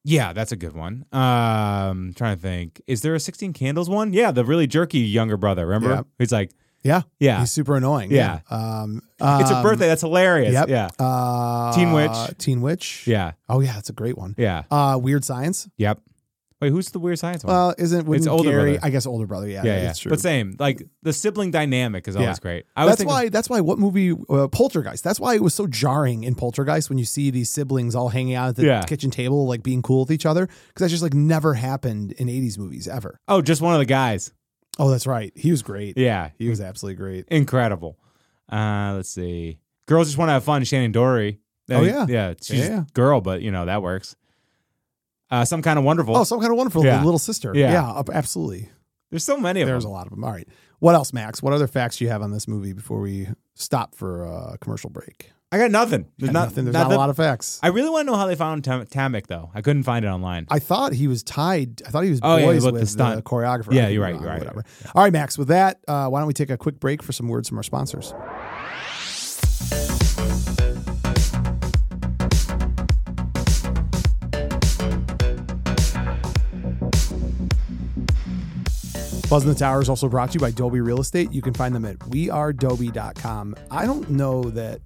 yeah, that's a good one. Um, trying to think, is there a Sixteen Candles one? Yeah, the really jerky younger brother. Remember, Yeah. he's like, Yeah. yeah, He's super annoying. Yeah. Um, it's um, her birthday. That's hilarious. Yep. Yeah, Uh, Teen Witch. Teen Witch. yeah, Oh, yeah. That's a great one. yeah. Uh, Weird Science. Yep. Wait, who's the weird science one? Well, isn't wouldn't older Gary? brother. I guess older brother. Yeah, yeah, yeah. that's true. But same, like the sibling dynamic is always Yeah. great. I was That's thinking- why. That's why. What movie? Uh, Poltergeist. That's why it was so jarring in Poltergeist when you see these siblings all hanging out at the Yeah. kitchen table, like being cool with each other, because that's just like never happened in '80s movies ever. Oh, just one of the guys. Oh, that's right. He was great. Yeah, He was absolutely great. incredible. Uh, let's see. Girls just want to have fun. Shannon Dory. Oh, Uh, yeah. yeah. She's Yeah. a girl, but you know that works. Uh, some kind of wonderful. Oh, some kind of wonderful Yeah. little sister. Yeah. ab- absolutely. There's so many of There's a them. lot of them. All right. What else, Max? What other facts do you have on this movie before we stop for a commercial break? I got nothing. There's Got not, nothing. There's not not, that- a lot of facts. I, I really want to know how they found Tam- Tamek though. I couldn't find it online. thought he was tied. I thought he was Oh, yeah, boys with the with stunt. the choreographer. Yeah, I could you're be right, wrong, you're right, Whatever. All right, Max. With that, uh, why don't we take a quick break for some words from our sponsors? Buzz in the Tower is also brought to you by Dolby Real Estate. You can find them at wearedoby.com. I don't know that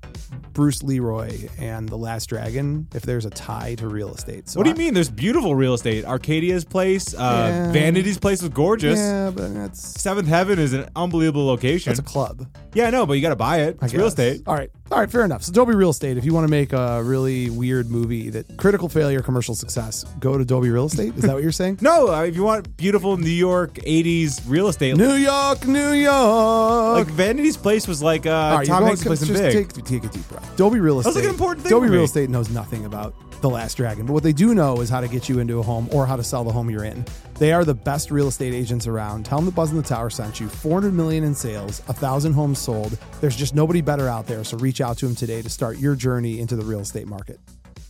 Bruce Leroy and The Last Dragon, if there's a tie to real estate. So what do you I- mean? There's beautiful real estate. Arcadia's place, uh, Yeah. Vanity's place was gorgeous. Yeah, but that's, Seventh Heaven is an unbelievable location. that's a club. yeah, I know, but you got to buy it. I It's real guess. estate. All right. All right. Fair enough. So Dolby Real Estate, if you want to make a really weird movie that critical failure, commercial success, go to Dolby Real Estate. Is that what you're saying? No, uh, if you want beautiful New York '80s real estate, New York, New York. like Vanity's place was like uh, All right, you're Tom going- Hanks' place in just Big. Take, take a deep breath. Dolby Real Estate. was like an important thing Dolby for me. Real Estate knows nothing about The Last Dragon, but what they do know is how to get you into a home or how to sell the home you're in. They are the best real estate agents around. Tell them the Buzz in the Tower sent you. 400 million in sales, 1,000 homes sold. There's just nobody better out there, so reach out to them today to start your journey into the real estate market.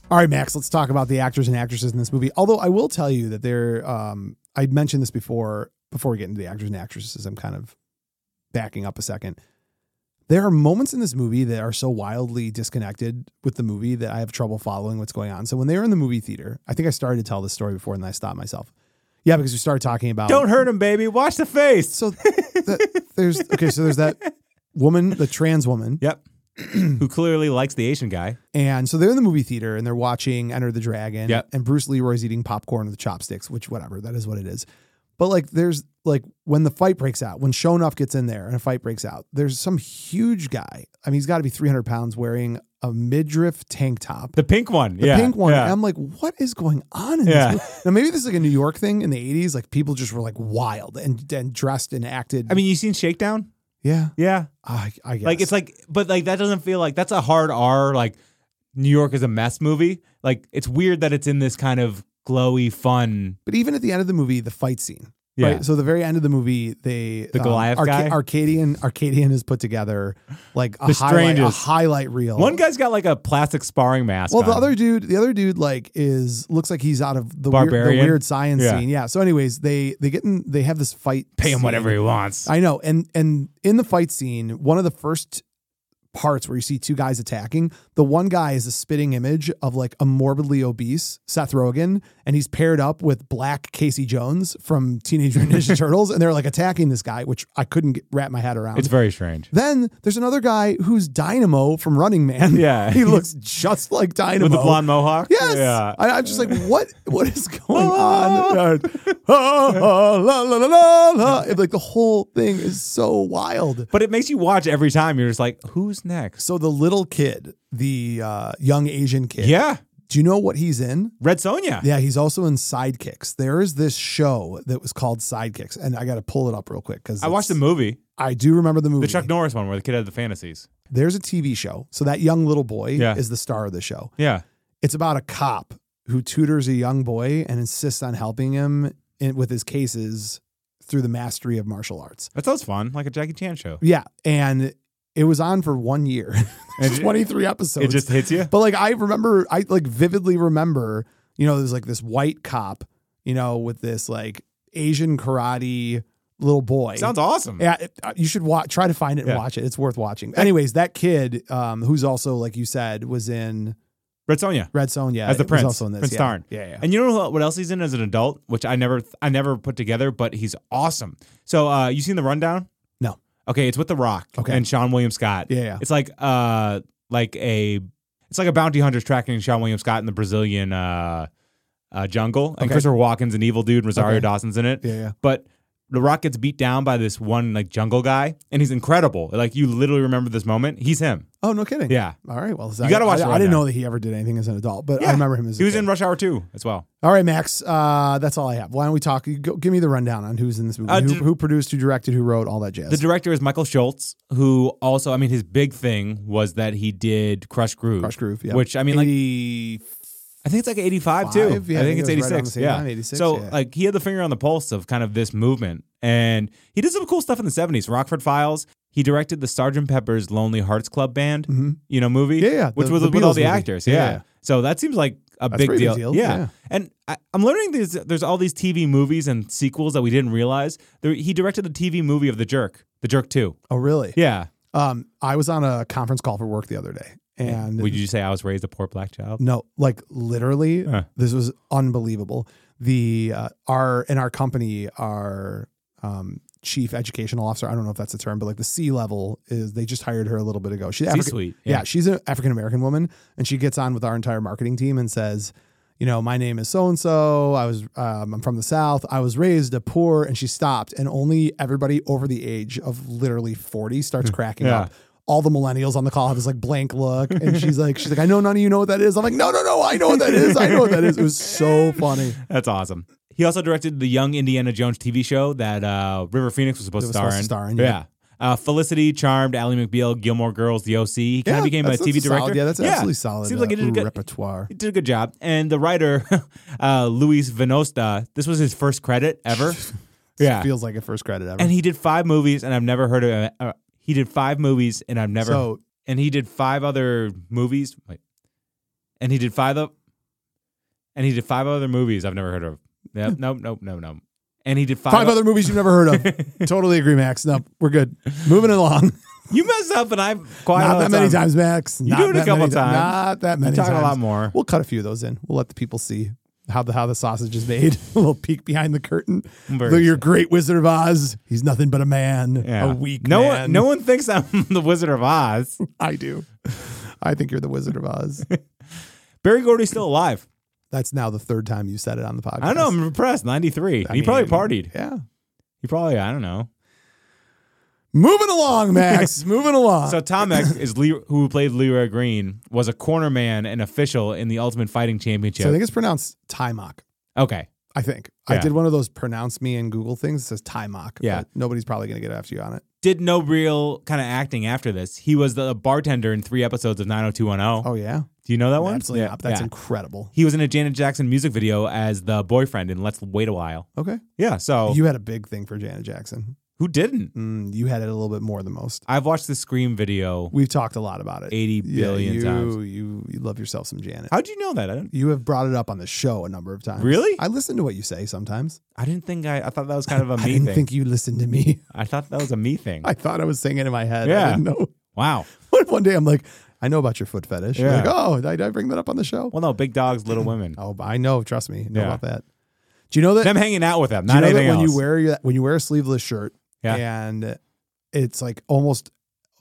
All right, Max, let's talk about the actors and actresses in this movie. Although I will tell you that they're, um, I'd mentioned this before, before we get into the actors and actresses, I'm kind of backing up a second. There are moments in this movie that are so wildly disconnected with the movie that I have trouble following what's going on. So when they were in the movie theater, I think I started to tell this story before and then I stopped myself. Yeah, because we started talking about Don't hurt him, baby. Watch the face. So that, there's okay, so there's that woman, the trans woman, Yep. Who clearly likes the Asian guy? And so they're in the movie theater and they're watching Enter the Dragon. Yep. And Bruce Leroy's eating popcorn with chopsticks, which whatever, that is what it is. But like there's like when the fight breaks out, when Shonuff gets in there and a fight breaks out, there's some huge guy. I mean, he's got to be 300 pounds wearing a midriff tank top. The pink one. The yeah. pink one. Yeah. And I'm like, what is going on in Yeah. this? movie? Now maybe this is like a New York thing in the 80s. Like people just were like wild and, and dressed and acted. I mean, you seen Shakedown? yeah, Yeah. I, I guess. Like it's like, but like that doesn't feel like that's a hard R. Like New York is a mess movie. Like it's weird that it's in this kind of glowy, fun. But even at the end of the movie, the fight scene. Yeah. Right. So the very end of the movie, they um, The Goliath guy? Arcadian Arcadian has put together like a highlight a The strangest. highlight reel. One guy's got like a plastic sparring mask. Well, the on. other dude, the other dude, like is looks like he's out of the, weird, the Barbarian? weird science Yeah. scene. Yeah. So, anyways, they they get in. They have this fight. pay him scene. whatever he wants. I know. And and in the fight scene, one of the first parts where you see two guys attacking, the one guy is a spitting image of like a morbidly obese Seth Rogen, and he's paired up with black Casey Jones from Teenage Mutant Ninja Turtles, and they're like attacking this guy, which I couldn't get, wrap my head around. it's very strange. then there's another guy who's Dynamo from Running Man. Yeah. he looks just like Dynamo With the blonde mohawk. Yes. Yeah. Oh, I, I'm just like, what? What is going on? Ah, ah, la, la, la, la, la. It- Like the whole thing is so wild. But it makes you watch every time. You're just like, who's next? So the little kid, the uh, young Asian kid. Yeah. Do you know what he's in? Red Sonja. Yeah, he's also in Sidekicks. There is this show that was called Sidekicks, and I got to pull it up real quick because I watched the movie, I do remember the movie. the Chuck Norris one, where the kid had the fantasies. There's a TV show, so that young little boy Yeah. is the star of the show. Yeah. it's about a cop who tutors a young boy and insists on helping him in, with his cases through the mastery of martial arts. That sounds fun, like a Jackie Chan show. Yeah, and it was on for one year, And it- twenty three episodes. it just hits you. but like I remember, I like vividly remember, you know, there's like this white cop, you know, with this like Asian karate little boy. Sounds awesome. Yeah, it, uh, you should watch. Try to find it and Yeah. watch it. It's worth watching. Anyways, that kid, um, who's also like you said, was in Red Sonja. Red Sonja. As the was prince. also in this. Prince yeah. Darn. Yeah, yeah. And you know what else he's in as an adult, which I never I never put together, but he's awesome. So uh you seen the rundown? No. Okay, it's with The Rock Okay. and Sean William Scott. Yeah, yeah. It's like uh like a it's like a bounty hunter's tracking Sean William Scott in the Brazilian uh uh, Jungle, and Okay. Christopher Walken's an evil dude, and Rosario Okay. Dawson's in it. Yeah, yeah. But The Rock gets beat down by this one like jungle guy, and he's incredible. Like you literally remember this moment. He's him. Oh, no kidding. Yeah. All right. Well, You gotta watch I, I the didn't rundown. know that he ever did anything as an adult, but I remember him as. a he was kid. in Rush Hour 2 as well. All right, Max. Uh, that's all I have. Why don't we talk? you Go, give me the rundown on who's in this movie, Uh, who, did- who produced, who directed, who wrote, all that jazz. The director is Michael Schultz, who also, I mean, his big thing was that he did Crush Groove. Crush Groove, yeah. Which I mean, like 85? I think it's like 85 too. Yeah, I I think, think it's it was right 86. around the same yeah. time, 86, so yeah. like he had the finger on the pulse of kind of this movement and he did some cool stuff in the 70s, Rockford Files. He directed the Sgt. Pepper's Lonely Hearts Club Band, Mm-hmm. you know, movie, Yeah, yeah, which the- was the with all Beatles the movie. actors. Yeah, Yeah. yeah. So that seems like a That's a big pretty deal. big deal, Yeah. yeah. And I, I'm learning there's, there's all these TV movies and sequels that we didn't realize. There, he directed the TV movie of The Jerk, The Jerk 2. Oh, really? Yeah. Um, I was on a conference call for work the other day, and Would you say I was raised a poor black child? no, like literally, Huh. this was unbelievable. The uh, our in our company, our um, chief educational officer. I don't know if that's a term, but like the C level is they just hired her a little bit ago. She's African, C-suite. Yeah. she's an African American woman, and she gets on with our entire marketing team and says, "You know, my name is so and so. I was, um, I'm from the South. I was raised a poor." And she stopped, and only everybody over the age of literally forty starts cracking Hmm. Yeah. up. All the millennials on the call have this like blank look, and she's like, "She's like, I know none of you know what that is." I'm like, "No, no, no, I know what that is. I know what that is." It was so funny. That's awesome. He also directed the Young Indiana Jones TV show that uh, River Phoenix was supposed That to was star in. supposed to star in, yeah. yeah. Uh, Felicity, Charmed, Ally McBeal, Gilmore Girls, The OC. He kind Yeah, of became a that's- TV that's director. solid- yeah, that's absolutely solid. uh, Seems like he did a good. repertoire. He did a good job. And the writer, uh, Luis Venosta, this was his first credit ever. yeah. feels like a first credit ever. And he did five movies, and I've never heard of. Uh, he did five movies, and I've never. So- and he did five other movies. Wait, and he did five. o- And he did five other movies I've never heard of. Nope, nope, nope, no, no. And he did five, Five o- other movies you've never heard of. totally agree, Max. No, we're good. Moving along. You mess up, and I'm quiet. Not all the that many time. times, Max. You Not do it a that couple many ti- times. Not that many talk a times. lot more. We'll cut a few of those in. We'll let the people see how the how the sausage is made. a little peek behind the curtain. very Though your great Wizard of Oz, he's nothing but a man. Yeah. A weak no man. One, no one thinks I'm the Wizard of Oz. I do. I think you're the Wizard of Oz. Barry Gordy's still alive. That's now the third time you said it on the podcast. I don't know. I'm impressed. 93. he probably partied. Yeah. He probably, I don't know. Moving along, Max. Moving along. So Tom X is Le- who played Leroy Green was a corner man and official in the Ultimate Fighting Championship. So I think it's pronounced Timok. okay, I think I Yeah. did one of those pronounce me in Google things. It says Timok. Yeah. but Nobody's probably gonna get after you on it. did no real kind of acting after this. He was the bartender in three episodes of 90210. Oh yeah. Do you know that one? Absolutely not. That's yeah. incredible. he was in a Janet Jackson music video as the boyfriend in Let's Wait a While. Okay. Yeah, so You had a big thing for Janet Jackson. who didn't? Mm, you had it a little bit more than most. I've watched the Scream video. We've talked a lot about it. 80 billion you, times. You, you love yourself some Janet. How'd you know that? I, don't, You have brought it up on the show a number of times. Really? I listen to what you say sometimes. I didn't think I. I thought that was kind of a I me didn't thing. think you listened to me. I thought that was a me thing. I thought I was singing in my head. I Yeah. didn't know. wow. One day I'm like, I know about your foot fetish. You're Yeah. Like, oh, did I- did I bring that up on the show? Well, no, big dogs, little women. Oh, I know. Trust me. I know Yeah. about that. Do you know that? Them hanging out with them, do you not know that anything when else. you wear your, when you wear a sleeveless shirt, Yeah. and it's like almost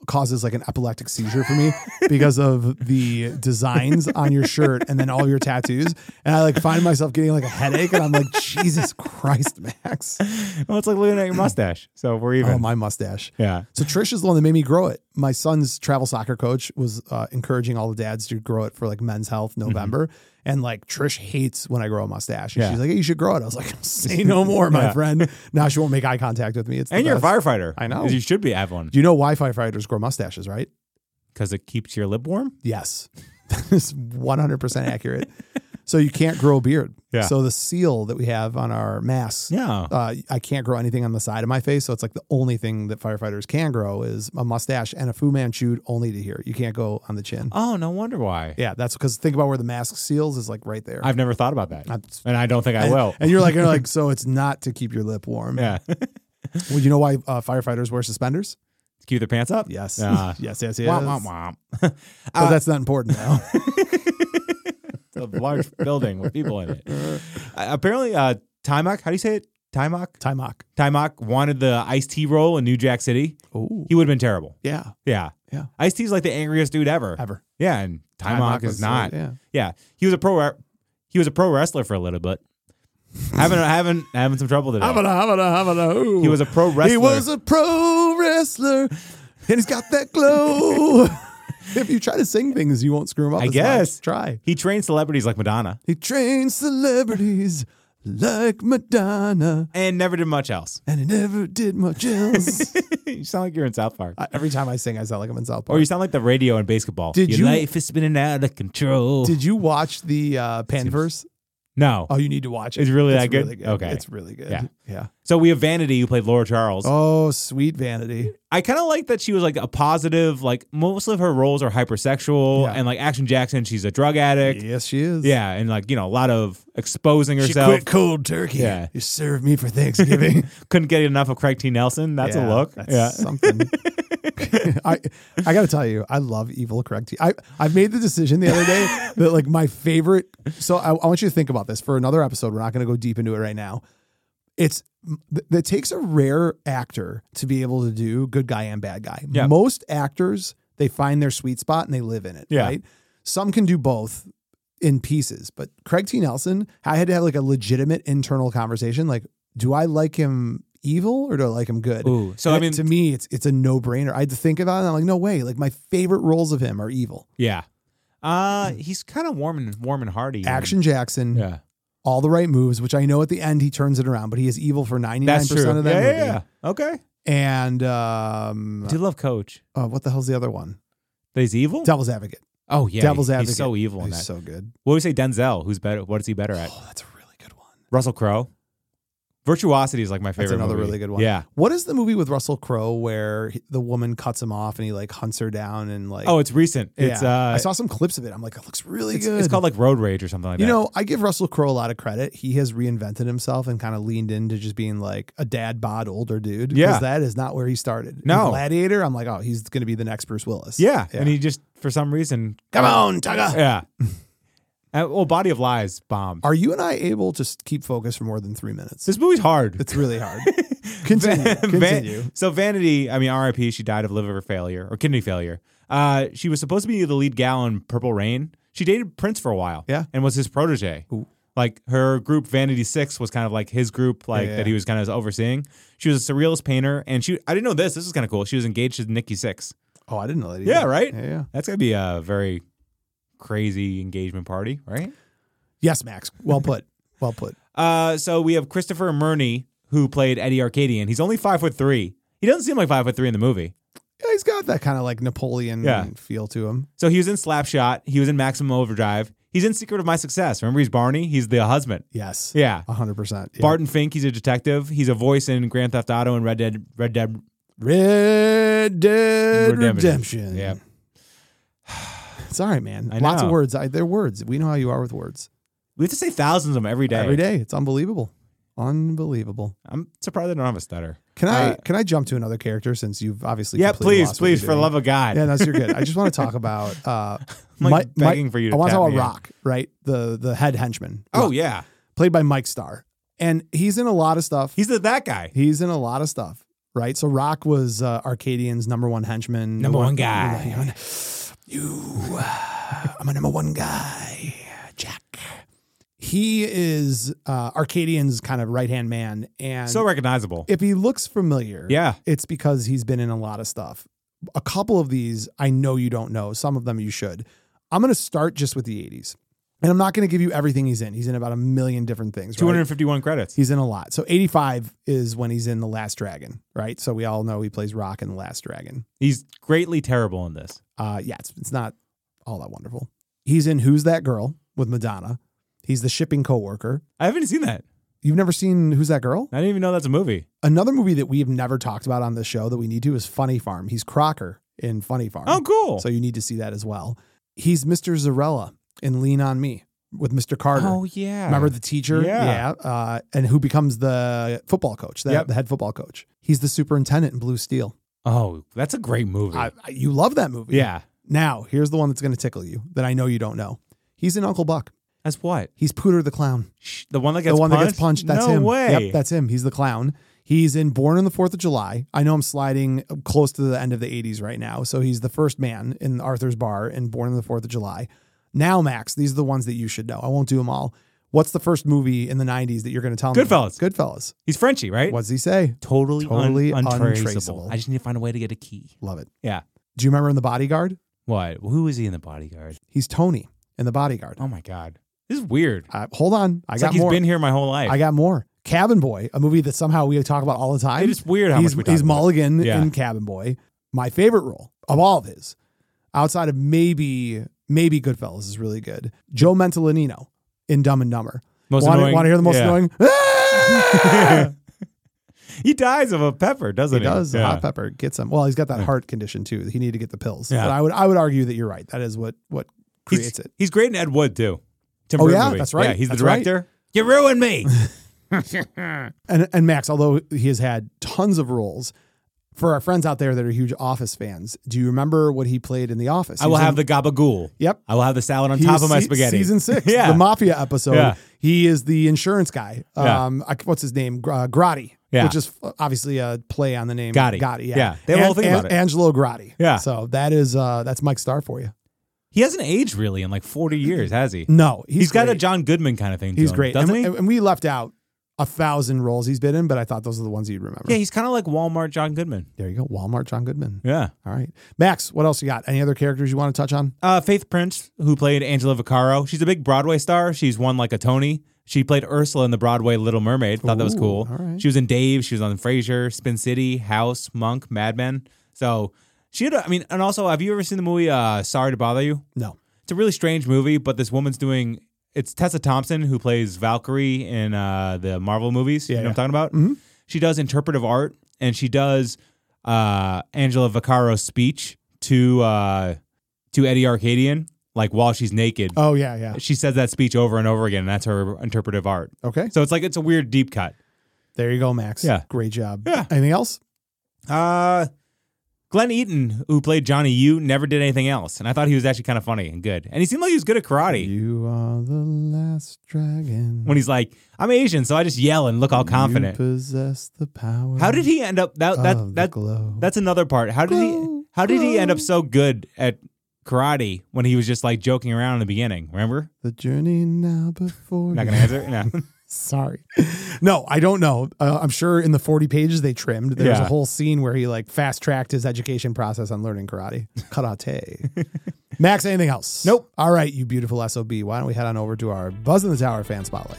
causes like an epileptic seizure for me because of the designs on your shirt and then all your tattoos, and I like find myself getting like a headache, and I'm like, Jesus Christ, Max! well, it's like looking at your mustache. So we're even. Oh, my mustache. yeah. So Trish is the one that made me grow it. My son's travel soccer coach was uh, encouraging all the dads to grow it for like Men's Health November, and like Trish hates when I grow a mustache. And Mm-hmm. Yeah. She's like, "Hey, you should grow it." I was like, "Say no more, my Yeah. friend." Now she won't make eye contact with me. It's the And you're a best. firefighter. I know. You should be have one Do you know why firefighters grow mustaches? Right? because it keeps your lip warm. Yes, that is one hundred percent accurate. so you can't grow a beard. Yeah. So the seal that we have on our masks. Yeah. Uh, I can't grow anything on the side of my face, so it's like the only thing that firefighters can grow is a mustache and a Fu Manchu only to here. You can't go on the chin. Oh, no wonder why. Yeah, that's because think about where the mask seals is like right there. I've never thought about that, That's- and I don't think I and, will. and you're like, you're like, so it's not to keep your lip warm. yeah, Well, you know why uh, firefighters wear suspenders? keep their pants up. Yes. Yeah. yes. Yes. Yes. Womp, womp, womp. But that's not important now. It's a large building with people in it. Uh, apparently, uh, Timok, how do you say it? Timok? Timok. Timok wanted the iced tea role in New Jack City. Oh. He would have been terrible. Yeah. Yeah. Yeah. Iced tea's like the angriest dude ever. Ever. Yeah. And Timok was is not. like, yeah. Yeah. He was a pro. He was a pro wrestler for a little bit. having having having some trouble today. He was a pro He wrestler. was a pro wrestler, and he's got that glow. if you try to sing things, you won't screw them up. I as much. guess. Try. He trained celebrities like Madonna He trained celebrities like Madonna, and never did much else. and he never did much else. you sound like you're in South Park. I- Every time I sing, I sound like I'm in South Park. or you sound like the radio in basketball. Did Your you- life is spinning out of control. Did you watch the uh, Panverse? no. Oh, you need to watch it. It's really that good? Okay. It's really good. Yeah. Yeah. So we have Vanity who played Laura Charles. Oh, sweet vanity. I kind of like that she was like a positive. Like most of her roles are hypersexual, Yeah. and like Action Jackson, she's a drug addict. Yeah, Yes, she is. and like you know a lot of exposing She herself. quit cold turkey. Yeah. You served me for Thanksgiving. Couldn't get enough of Craig T. Nelson. That's Yeah, a look. That's yeah. something. I I gotta tell you, I love evil correct. T- I I made the decision the other day that like my favorite. So I, I want you to think about this for another episode. We're not gonna go deep into it right now. It's th- that takes a rare actor to be able to do good guy and bad guy. Yeah. Most actors they find their sweet spot and they live in it. Yeah. Right. Some can do both in pieces, but Craig T. Nelson, I had to have like a legitimate internal conversation. Like, do I like him evil or do I like him good? Ooh. So And I it- mean, to me, it's it's a no brainer. I had to think about it. And I'm like, no way. Like my favorite roles of him are evil. yeah. Uh, he's kind of warm and warm and hearty. Action Jackson, Yeah. all the right moves, which I know at the end he turns it around, but he is evil for 99% That's true. of that yeah, movie. yeah, yeah. Okay. And um, I do love Coach. uh, what the hell's the other one? That He's evil. Devil's Advocate. oh yeah. Devil's he- Advocate. He's so evil in He's that. so good. what do we say? Denzel. Who's better? What is he better at? Oh, that's a really good one. Russell Crowe. Virtuosity is like my favorite. That's another movie. really good one. Yeah. What is the movie with Russell Crowe where he- the woman cuts him off and he like hunts her down and like Oh, it's recent. It's yeah. uh, I saw some clips of it. I'm like, it looks really it's, good. it's called like Road Rage or something like You that. know, I give Russell Crowe a lot of credit. He has reinvented himself and kind of leaned into just being like a dad bod older dude. 'cause Yeah. that is not where he started. In No. Gladiator. I'm like, oh, he's going to be the next Bruce Willis. Yeah. And he just, for some reason, come on, Tugger. yeah. uh, well, Body of Lies bombed. Are you and I able to s- keep focus for more than three minutes? This movie's hard. It's really hard. continue. Continue. Van- so Vanity, I mean RIP, she died of liver failure or kidney failure. Uh, she was supposed to be the lead gal in Purple Rain. She dated Prince for a while, Yeah. and was his protege. Ooh. Like her group Vanity Six was kind of like his group, like Yeah. that he was kind of overseeing. She was a surrealist painter, and she I didn't know this. This is kind of cool. She was engaged to Nikki Six. oh, I didn't know that. Either. Yeah, right. Yeah, yeah. That's gonna be a very crazy engagement party, right? Yes, Max. Well put. Well put. Uh, so we have Christopher Murney who played Eddie Arcadian. He's only five foot three. He doesn't seem like five foot three in the movie. Yeah, he's got that kind of like Napoleon Yeah. feel to him. So he was in Slapshot. He was in Maximum Overdrive. He's in Secret of My Success. Remember, he's Barney. He's the husband. Yes. Yeah. A hundred percent. Oh, Yeah. Barton Fink. He's a detective. He's a voice in Grand Theft Auto and Red Dead. Red Dead. Red Dead Redemption. Redemption. Yeah. It's all right, man. I Lots of know. words. I, they're words. We know how you are with words. We have to say thousands of them every day. Every day, it's unbelievable. Unbelievable. I'm surprised I don't have a stutter. Can I Uh, can I jump to another character since you've obviously yeah, completely please, lost what you're please, for the doing? love of God. yeah, no, so you're good. I just want to talk about uh, I'm like Mi- Mi- begging for you to I want to tap talk me about in. Rock, right? The the head henchman. Oh, Rock, yeah. played by Mike Starr, and he's in a lot of stuff. He's the, that guy. He's in a lot of stuff, right? So Rock was uh, Arcadian's number one henchman, Number one guy. You, know, you, uh, I'm a number one guy, Jack. He is uh, Arcadian's kind of right hand man, and So recognizable. if he looks familiar, yeah. it's because he's been in a lot of stuff. A couple of these I know you don't know. Some of them you should. I'm going to start just with the 80s, and I'm not going to give you everything he's in. He's in about a million different things. right? 251 credits. He's in a lot. So 85 is when he's in The Last Dragon, right? So we all know he plays Rock in The Last Dragon. He's greatly terrible in this. Uh, yeah, it's, it's not all that wonderful. He's in Who's That Girl with Madonna. He's the shipping coworker. I haven't seen that. You've never seen Who's That Girl? I didn't even know that's a movie. Another movie that we have never talked about on the show that we need to is Funny Farm. He's Crocker in Funny Farm. Oh, cool. So you need to see that as well. He's Mr. Zarella in Lean On Me with Mr. Carter. oh, yeah. Remember the teacher? Yeah. Yeah, Uh, and who becomes the football coach, the, Yep. the head football coach. He's the superintendent in Blue Steel. oh, that's a great movie. I, I, you love that movie. yeah. Now, here's the one that's going to tickle you that I know you don't know. He's in Uncle Buck. That's what? He's Pooter the clown. Sh- The one that gets The one punched? that gets punched. That's no him. way. Yep, that's him. He's the clown. He's in Born on the Fourth of July. I know I'm sliding uh, close to the end of the 80s right now. So he's the first man in Arthur's Bar in Born on the Fourth of July. Now, Max, these are the ones that you should know. I won't do them all. What's the first movie in the 90s that you're going to tell me? about? Goodfellas. Goodfellas. He's Frenchy, right? What does he say? Totally, Totally un- untraceable. untraceable. I just need to find a way to get a key. Love it. Yeah. Do you remember in The Bodyguard? What? Who is he in the bodyguard? He's Tony in The Bodyguard. Oh my god, this is weird. Uh, hold on. I It's got like he's more. been here my whole life. I got more. Cabin Boy, a movie that somehow we talk about all the time. It is weird how he's, much we he's talk about it. Mulligan Yeah. in Cabin Boy. My favorite role of all of his, outside of maybe maybe Goodfellas is really good. Joe Mentolanino in Dumb and Dumber. Most want, annoying- want to hear the most yeah. annoying? Ah! he dies of a pepper, he doesn't he? does. Yeah. Hot pepper gets him. Well, he's got that heart condition too. He needed to get the pills. Yeah. But I would I would argue that you're right. That is what what He's- creates it. He's great in Ed Wood too. Tim Oh, Burton yeah? movie. That's right. Yeah, he's the That's right. director. You ruined me. and and Max, although he has had tons of roles, for our friends out there that are huge Office fans, do you remember what he played in The Office? I will have the gabagool. Yep. I will have the salad on He top was of my se- spaghetti. Season six, yeah. the mafia episode. Yeah. He is the insurance guy. Yeah. Um, I- what's his name? Gr- Uh, Grotti. Yeah. Which is f- obviously a play on the name Gotti. Gotti. Yeah. Yeah. They have a whole thing about it. Angelo Grotti. Yeah. So that is uh, that's Mike Starr for you. he hasn't aged really in like 40 years, has he? No, he's he's got a great. John Goodman kind of thing. to He's him, great. doesn't and, he? and we left out a thousand roles he's been in, but I thought those are the ones you'd remember. yeah, he's kind of like Walmart John Goodman. There you go. Walmart John Goodman. Yeah. All right. Max, what else you got? Any other characters you want to touch on? Uh, Faith Prince, who played Angela Vaccaro, she's a big Broadway star. She's won like a Tony. She played Ursula in the Broadway Little Mermaid. Thought that was Ooh, cool. all right. She was in Dave. She was on Frasier, Spin City, House, Monk, Mad Men. So she had. A, I mean, and also, have you ever seen the movie uh, Sorry to Bother You? No. It's a really strange movie, but this woman's doing. It's Tessa Thompson who plays Valkyrie in uh, the Marvel movies. Yeah, you know yeah. what I'm talking about? Mhm. She does interpretive art, and she does uh, Angela Vaccaro's speech to uh, to Eddie Arcadian, like while she's naked. Oh yeah, yeah. She says that speech over and over again, and that's her interpretive art. Okay. So it's like it's a weird deep cut. There you go, Max. Yeah. Great job. Yeah. Anything else? Uh, Glenn Eaton, who played Johnny Yu, never did anything else, and I thought he was actually kind of funny and good, and he seemed like he was good at karate. You are the last dragon. when he's like, "I'm Asian, so I just yell and look all confident." You possess the power. How did he end up that of that Oh, the that glow. that's another part. How did Glow, he how did he end up glow. so good at karate when he was just like joking around in the beginning? Remember? the journey now before. Not you. gonna answer. No. Sorry. No, I don't know. Uh, I'm sure in the 40 pages they trimmed, there was a Yeah. whole scene where he like fast tracked his education process on learning karate. Karate. Max, anything else? Nope. All right, you beautiful SOB. Why don't we head on over to our Buzz in the Tower fan spotlight?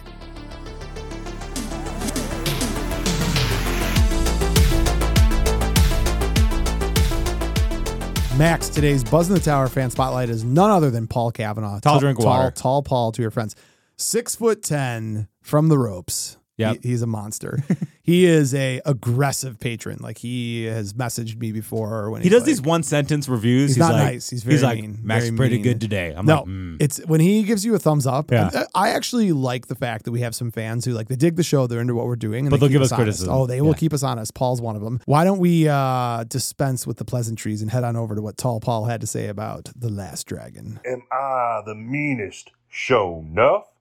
Max, today's Buzz in the Tower fan spotlight is none other than Paul Kavanaugh. Tall drink of water. Tall Paul to your friends. Six foot ten from the ropes. Yep. He- he's a monster. he is a aggressive patron. Like he has messaged me before. When he he's does like- these one sentence He's reviews. He's, not like, nice. He's very like, mean, Max very pretty mean. good today. I'm no, like, mm. it's when he gives you a thumbs up. Yeah. and uh, I actually like the fact that we have some fans who like they dig the show, they're into what we're doing, and But they they'll keep give us honest. criticism. Oh, they will Yeah. keep us honest. Paul's one of them. Why don't we uh, dispense with the pleasantries and head on over to what Tall Paul had to say about the Last Dragon? Am I the meanest? Show enough.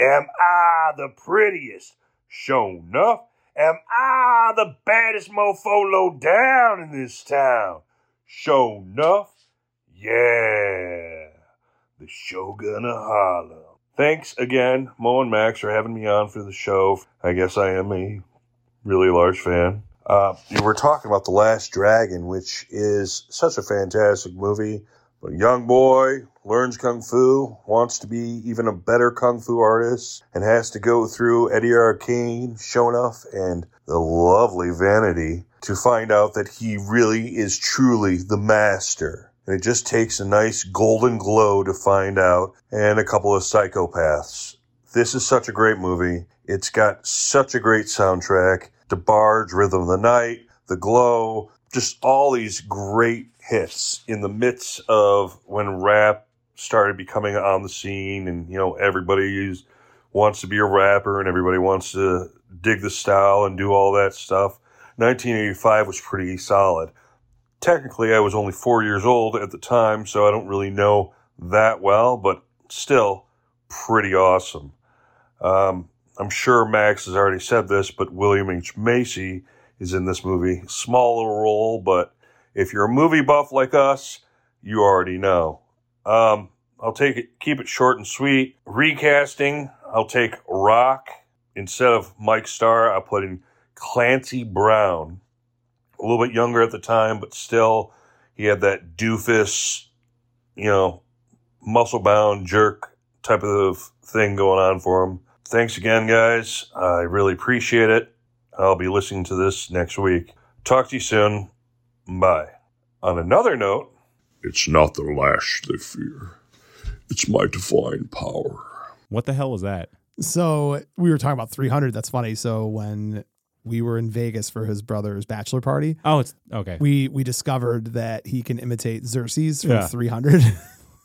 Am I the prettiest? Show enough. Am I the baddest mofo low down in this town? Show enough. Yeah. The Shogun of Harlem. Thanks again, Mo and Max, for having me on for the show. I guess I am a really large fan. Uh, you were talking about The Last Dragon, which is such a fantastic movie. But a young boy learns kung fu, wants to be even a better kung fu artist, and has to go through Eddie Arcane, Shonuff, and the lovely Vanity to find out that he really is truly the master. And it just takes a nice golden glow to find out, and a couple of psychopaths. This is such a great movie. It's got such a great soundtrack. DeBarge, Rhythm of the Night, The Glow, just all these great hits in the midst of when rap started becoming on the scene and you know everybody is- wants to be a rapper and everybody wants to dig the style and do all that stuff 1985 was pretty solid technically i was only four years old at the time so i don't really know that well but still pretty awesome um, i'm sure max has already said this but william h macy is in this movie. Small little role, but if you're a movie buff like us, you already know. Um, I'll take it, keep it short and sweet. Recasting, I'll take Rock. Instead of Mike Starr, I put in Clancy Brown. A little bit younger at the time, but still, he had that doofus, you know, muscle bound jerk type of thing going on for him. Thanks again, guys. I really appreciate it. I'll be listening to this next week. Talk to you soon. Bye. On another note, It's not the lash they fear, it's my divine power. What the hell was that? So we were talking about 300. That's funny. So when we were in Vegas for his brother's bachelor party, Oh, it's okay. we we discovered that he can imitate Xerxes from Yeah. 300.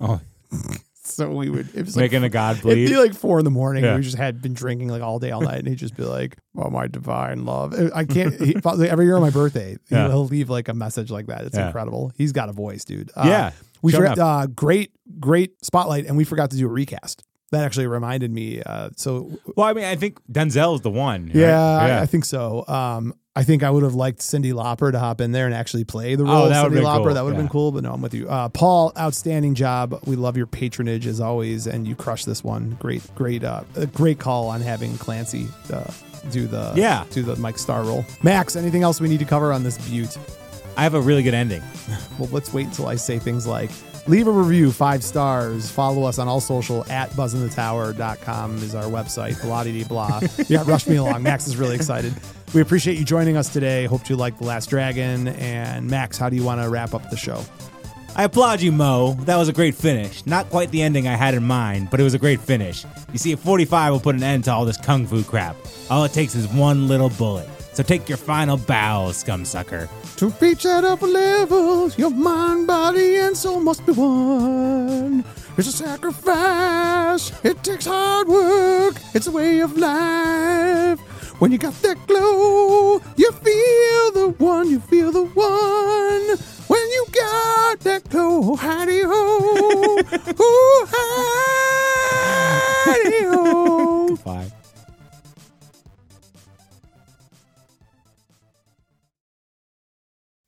Oh, so we would it was like making a god It'd be bleed. like four in the morning. Yeah. and We just had been drinking like all day, all night, and he'd just be like, "Oh my divine love, I can't." He, probably every year on my birthday, he'll- Yeah. he'll leave like a message like that. It's Yeah. incredible. He's got a voice, dude. Uh, yeah. we sure forgot, enough. uh, great, great spotlight, and we forgot to do a recast. That actually reminded me. Uh, so well, I mean, I think Denzel's the one. right? yeah, I- I, yeah. think so. Um, I think I would have liked Cindy Lauper to hop in there and actually play the Oh, role of that would've Cindy been Lauper. cool. That would have been Yeah. cool, but no, I'm with you. Uh, Paul, outstanding job. We love your patronage as always, and you crushed this one. Great, great, uh, a great call on having Clancy uh, do the Yeah. do the Mike Star role. Max, anything else we need to cover on this butte? I have a really good ending. Well, let's wait until I say things like leave a review, five stars, follow us on all social at buzzinthetower.com is our website, blah de blah. yeah, rush me along. Max is really excited. We appreciate you joining us today. Hope you liked The Last Dragon. And Max, how do you want to wrap up the show? I applaud you, Mo. That was a great finish. Not quite the ending I had in mind, but it was a great finish. You see, at 45 will put an end to all this kung fu crap. All it takes is one little bullet. So take your final bow, scum sucker. To reach that upper levels, your mind, body, and soul must be one. It's a sacrifice. It takes hard work. It's a way of life. When you got that glow, you feel the one. You feel the one. When you got that glow, hidey ho, ooh, hidey ho. Bye.